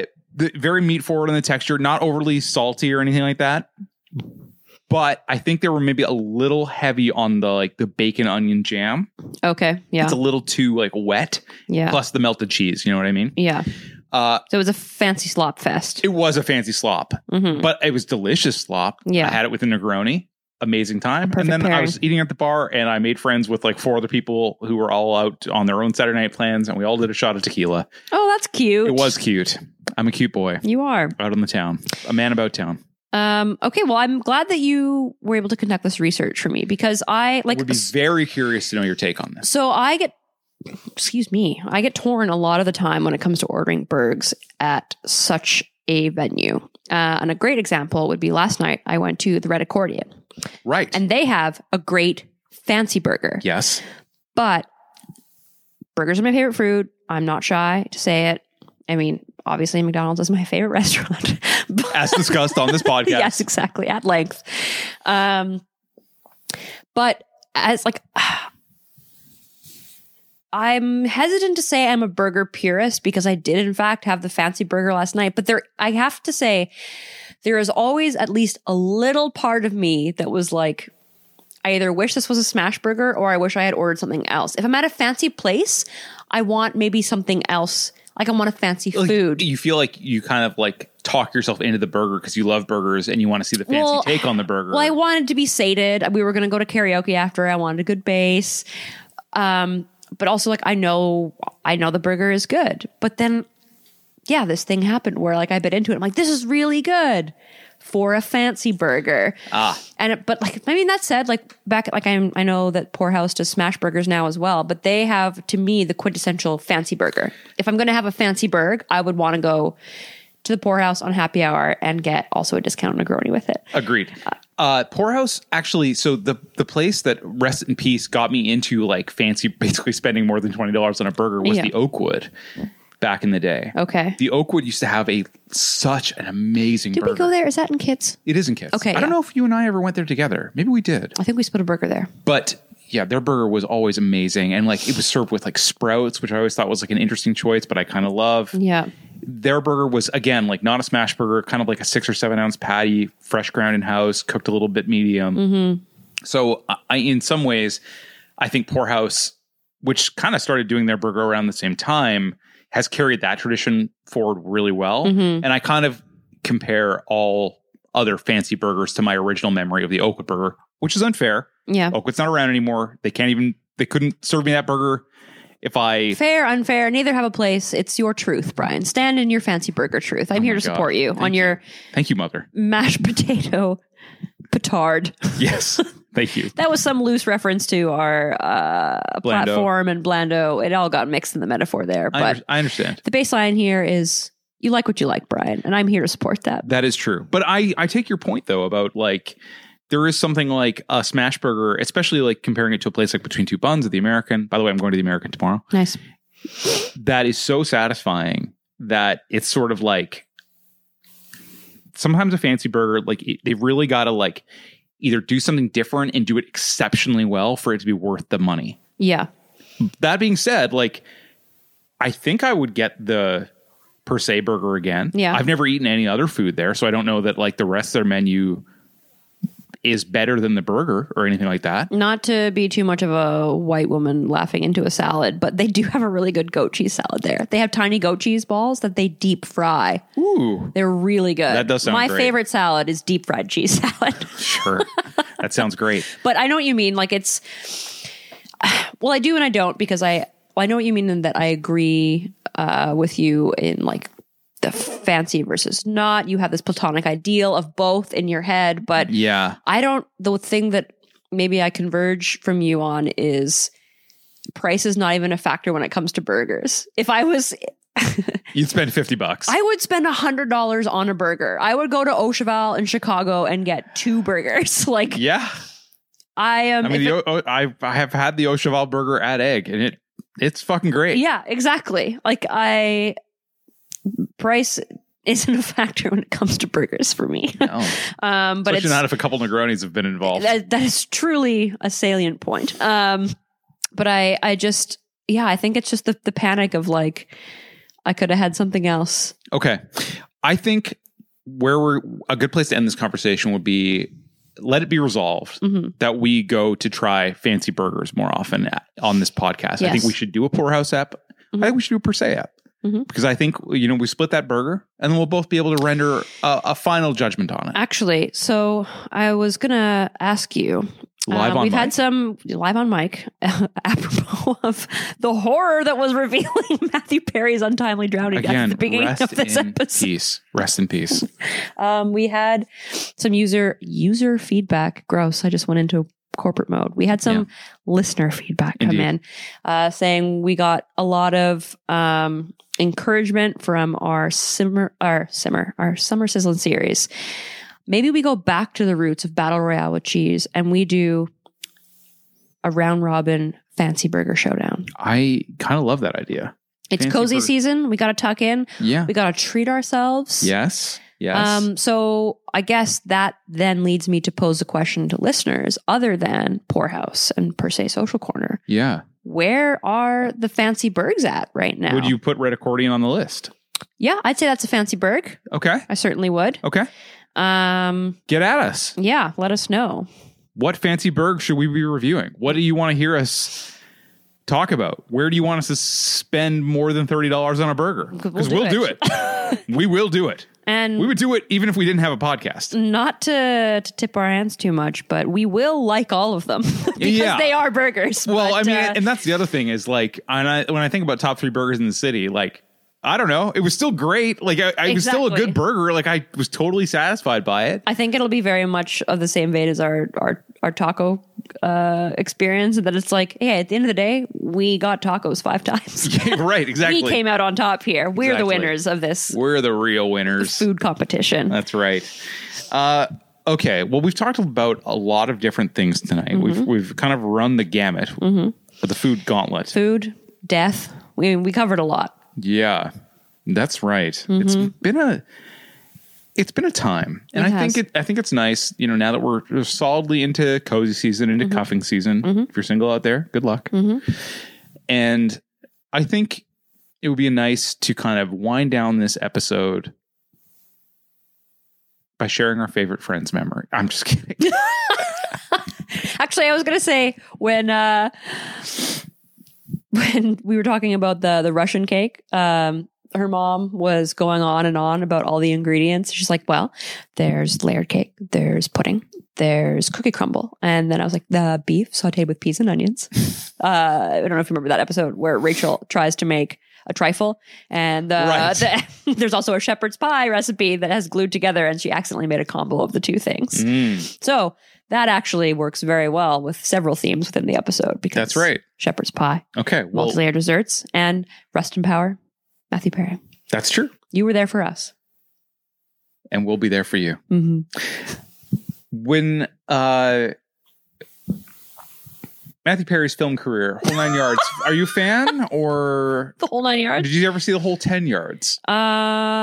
D: Uh, the, very meat forward in the texture, not overly salty or anything like that. But I think they were maybe a little heavy on the like the bacon onion jam.
C: Okay. Yeah.
D: It's a little too like wet.
C: yeah.
D: Plus the melted cheese. You know what I mean?
C: yeah.
D: Uh,
C: So it was a fancy slop fest.
D: it was a fancy slop,
C: hmm
D: but it was delicious slop.
C: Yeah.
D: I had it with a Negroni. Amazing time.
C: perfect
D: And then I
C: pairing.
D: was eating at the bar and I made friends with like four other people who were all out on their own Saturday night plans and we all did a shot of tequila.
C: Oh, that's cute.
D: It was cute. I'm a cute boy
C: You are.
D: out on the town, a man about town.
C: Um, okay. Well, I'm glad that you were able to conduct this research for me because I
D: I
C: like
D: would be very curious to know your take on this.
C: So I get, excuse me, I get torn a lot of the time when it comes to ordering burgers at such a venue. Uh, and a great example would be last night I went to the Red Accordion
D: Right.
C: and they have a great fancy burger.
D: yes.
C: But burgers are my favorite food. I'm not shy to say it. I mean, obviously, McDonald's is my favorite restaurant. but-
D: As discussed on this podcast.
C: yes, exactly, at length. Um, but as like, I'm hesitant to say I'm a burger purist because I did, in fact, have the fancy burger last night. But there, I have to say, there is always at least a little part of me that was like, I either wish this was a smash burger or I wish I had ordered something else. If I'm at a fancy place, I want maybe something else. Like I want a fancy
D: Like,
C: food.
D: You feel like you kind of like talk yourself into the burger because you love burgers and you want to see the fancy
C: Well,
D: take on the burger.
C: Well, I wanted to be sated. We were going to go to karaoke after. I wanted a good base. Um, but also like I know I know the burger is good. But then yeah, this thing happened where like I bit into it. I'm like this is really good for a fancy burger.
D: Ah.
C: And it, but like I mean that said like back like I I know that Poorhouse does smash burgers now as well, but they have to me the quintessential fancy burger. If I'm going to have a fancy burg, I would want to go to the poorhouse on happy hour and get also a discount Negroni with it.
D: Agreed. Uh, Poorhouse actually, so the the place that rest in peace got me into like fancy, basically spending more than twenty dollars on a burger was
C: Yeah. Oh.
D: the Oakwood back in the day.
C: Okay.
D: The Oakwood used to have a such an amazing.
C: Did
D: burger.
C: we go there? Is that in Kids?
D: It is in Kids.
C: Okay,
D: I don't
C: yeah.
D: know if you and I ever went there together. Maybe we did.
C: I think we split a burger there.
D: But yeah, their burger was always amazing. And like it was served with like sprouts, which I always thought was like an interesting choice, but I kind of love.
C: Yeah.
D: Their burger was, again, like not a smash burger, kind of like a six or seven ounce patty, fresh ground in house, cooked a little bit medium.
C: Mm-hmm.
D: So I- I, in some ways, I think Poorhouse, which kind of started doing their burger around the same time, has carried that tradition forward really well.
C: Mm-hmm.
D: And I kind of compare all other fancy burgers to my original memory of the Oakwood burger, which is unfair.
C: Yeah.
D: Oakwood's not around anymore. They can't even. They couldn't serve me that burger if I.
C: Fair, unfair, neither have a place. It's your truth, Brian. Stand in your fancy burger truth. I'm
D: Oh
C: here
D: my
C: to
D: God.
C: support you
D: Thank
C: on your
D: Thank you, mother.
C: mashed potato petard.
D: Yes, Thank you.
C: That was some loose reference to our uh, platform and Blando. It all got mixed in the metaphor there.
D: I,
C: But
D: under- I understand.
C: the baseline here is you like what you like, Brian, and I'm here to support that.
D: That is true. But I, I take your point though about like there is something like a smash burger, especially like comparing it to a place like Between Two Buns at the American. By the way, I'm going to the American tomorrow.
C: Nice.
D: That is so satisfying that it's sort of like sometimes a fancy burger, like it- they really got to like either do something different and do it exceptionally well for it to be worth the money.
C: Yeah.
D: That being said, like I think I would get the per se burger again.
C: Yeah.
D: I've never eaten any other food there, so I don't know that like the rest of their menu is better than the burger or anything like that.
C: Not to be too much of a white woman laughing into a salad, but they do have a really good goat cheese salad there. They have tiny goat cheese balls that they deep fry.
D: Ooh.
C: They're really good.
D: That does sound
C: My
D: great.
C: favorite salad is deep fried cheese salad.
D: Sure. that sounds great.
C: but I know what you mean. Like it's well, I do and I don't because I well, I know what you mean in that I agree uh, with you in like the fancy versus not. You have this platonic ideal of both in your head, but
D: Yeah.
C: I don't. The thing that maybe I converge from you on is price is not even a factor when it comes to burgers. If I was
D: You'd spend 50 bucks.
C: I would spend a hundred dollars on a burger. I would go to Ocheval in Chicago and get two burgers. Like
D: yeah.
C: I am
D: I mean,
C: if
D: the, o- o- I I have had the Ocheval burger at egg and it it's fucking great.
C: Yeah, exactly. Like I price isn't a factor when it comes to burgers for me.
D: No.
C: Um but
D: Especially
C: it's
D: not if a couple Negronis have been involved.
C: that, that is truly a salient point. Um but I I just yeah, I think it's just the the panic of like I could have had something else.
D: Okay. I think where we're a good place to end this conversation would be let it be resolved
C: Mhm.
D: that we go to try fancy burgers more often a- on this podcast. I think
C: Yes. Mm-hmm.
D: we should do a poorhouse app. I think we should do a per se app.
C: Mhm.
D: Because I think you know we split that burger, and then we'll both be able to render a, a final judgment on it
C: Actually, so I was gonna ask you.
D: live
C: um,
D: on.
C: we've
D: mic.
C: had some live on mic apropos of the horror that was revealing Matthew Perry's untimely drowning death at the beginning
D: rest
C: of this
D: in
C: episode.
D: peace. Rest in peace.
C: Um, we had some user user feedback. Gross. I just went into corporate mode. We had some
D: Yeah.
C: listener feedback come
D: Indeed.
C: in uh, saying we got a lot of um, encouragement from our simmer, our simmer, our summer sizzling series. Maybe we go back to the roots of battle royale with cheese and we do a round robin fancy burger showdown.
D: I kind of love that idea.
C: It's
D: Fancy
C: cozy
D: burger.
C: season. We got to tuck in.
D: Yeah.
C: We got to treat ourselves.
D: Yes. Yes.
C: Um, so I guess that then leads me to pose a question to listeners other than Poorhouse and per se Social Corner.
D: yeah.
C: Where are the fancy birds at right now?
D: Would you put red accordion on the list?
C: Yeah, I'd say that's a fancy bird.
D: Okay.
C: I certainly would.
D: Okay. Oh.
C: Um,
D: Get at us.
C: yeah, let us know.
D: What fancy burg should we be reviewing? What do you want to hear us talk about? Where do you want us to spend more than thirty dollars on a burger? Because
C: We'll
D: we'll,
C: do
D: do it. we will do it.
C: And
D: We would do it even if we didn't have a podcast.
C: not to, to tip our hands too much, but we will like all of them because
D: Yeah.
C: they are burgers.
D: Well,
C: But,
D: I mean,
C: uh,
D: and that's the other thing is like, and I, when I think about top three burgers in the city, like, I don't know, it was still great. Like, I, I was still a
C: Exactly.
D: good burger. Like, I was totally satisfied by it.
C: I think it'll be very much of the same vein as our our our taco uh, experience, and that it's like, hey, at the end of the day, we got tacos five times.
D: Yeah, right, exactly.
C: We came out on top here. We're the
D: Exactly.
C: winners of this
D: We're the real winners.
C: food competition.
D: That's right. Uh, okay. Well, we've talked about a lot of different things tonight. We've we've kind of run the gamut of the food gauntlet.
C: Food, death. We we covered a lot.
D: Yeah, that's right. It's been a it's been a time, and
C: Mm-hmm. It
D: I
C: has.
D: think it I think it's nice. You know, now that we're we're solidly into cozy season, into
C: Mm-hmm.
D: cuffing season. If you're single out there, good luck. And I think it would be nice to kind of wind down this episode by sharing our favorite friend's memory. I'm just kidding.
C: Actually, I was gonna say when uh, when we were talking about the the Russian cake, um, her mom was going on and on about all the ingredients. She's like, "Well, there's layered cake, there's pudding, there's cookie crumble," and then I was like, "The beef sautéed with peas and onions." uh, I don't know if you remember that episode where Rachel tries to make a trifle, and uh,
D: Right.
C: the, there's also a shepherd's pie recipe that has glued together, and she accidentally made a combo of the two things.
D: Mm,
C: So that actually works very well with several themes within the episode. Because
D: that's right.
C: shepherd's pie,
D: Okay. Well,
C: multi-layered desserts, and rest in power. Matthew Perry,
D: that's true.
C: you were there for us.
D: And we'll be there for you.
C: hmm
D: When uh Matthew Perry's film career, whole nine yards. Are you a fan or
C: The whole nine yards.
D: did you ever see the whole ten yards?
C: Uh,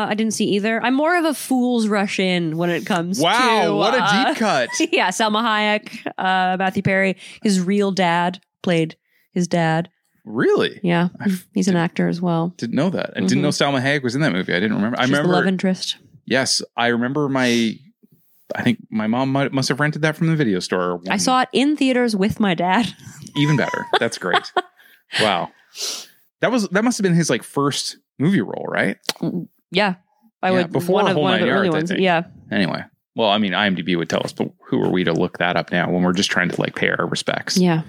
C: I didn't see either. I'm more of a fool's rush in when it comes
D: Wow,
C: to.
D: what a
C: uh,
D: deep cut.
C: yeah, Selma Hayek, uh, Matthew Perry, his real dad played his dad.
D: Really?
C: Yeah,
D: I
C: he's an actor as well.
D: Didn't know that. I didn't know Salma Hayek was in that movie. I didn't remember. I
C: Mm-hmm. She's the
D: remember
C: love interest.
D: Yes, I remember my I think my mom might, must have rented that from the video store.
C: I saw it in theaters with my dad.
D: even better. That's great. wow. That was that must have been his like first movie role, right?
C: yeah, I
D: Yeah,
C: would
D: before
C: one of
D: Whole
C: one of
D: Nine
C: the early
D: Yards, I
C: ones.
D: think.
C: Yeah,
D: Anyway, well, I mean, IMDb would tell us, but who are we to look that up now when we're just trying to like pay our respects
C: yeah.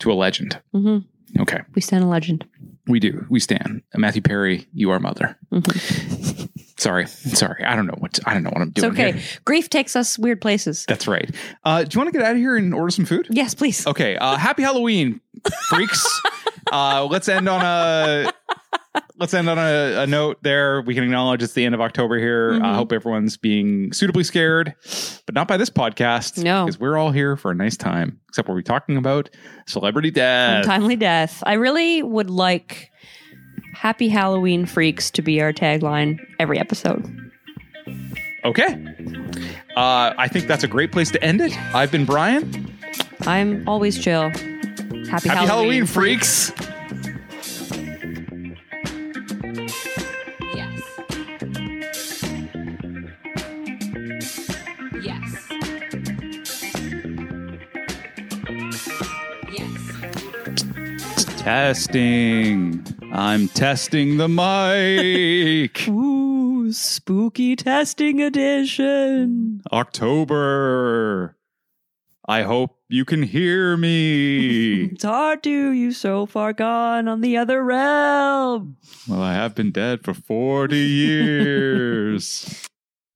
D: to a legend?
C: hmm
D: Okay,
C: We stand a legend.
D: we do. We stand. Matthew Perry, you are mother. Sorry, sorry. I don't know what I don't know what I'm
C: Mm-hmm. It's
D: doing.
C: okay.
D: here.
C: Grief takes us weird places.
D: That's right. Uh, do you want to get out of here and order some food?
C: Yes, please.
D: Okay. Uh, happy Halloween, freaks. uh, let's end on a let's end on a, a note. There, we can acknowledge it's the end of October here. I hope everyone's being suitably scared, but not by this podcast.
C: No.
D: because we're all here for a nice time. Except we'll be talking about celebrity death.
C: Untimely death. I really would like Happy Halloween Freaks to be our tagline every episode.
D: Okay. Uh, I think that's a great place to end it. I've been Brian. Happy,
C: I'm always chill. Happy,
D: Halloween,
C: Halloween,
D: freaks.
E: Yes. Yes. Yes.
D: Testing. I'm testing the mic.
C: Ooh, spooky testing edition.
D: October. I hope you can hear me.
C: It's hard to you so far gone on the other realm.
D: well, I have been dead for 40 years.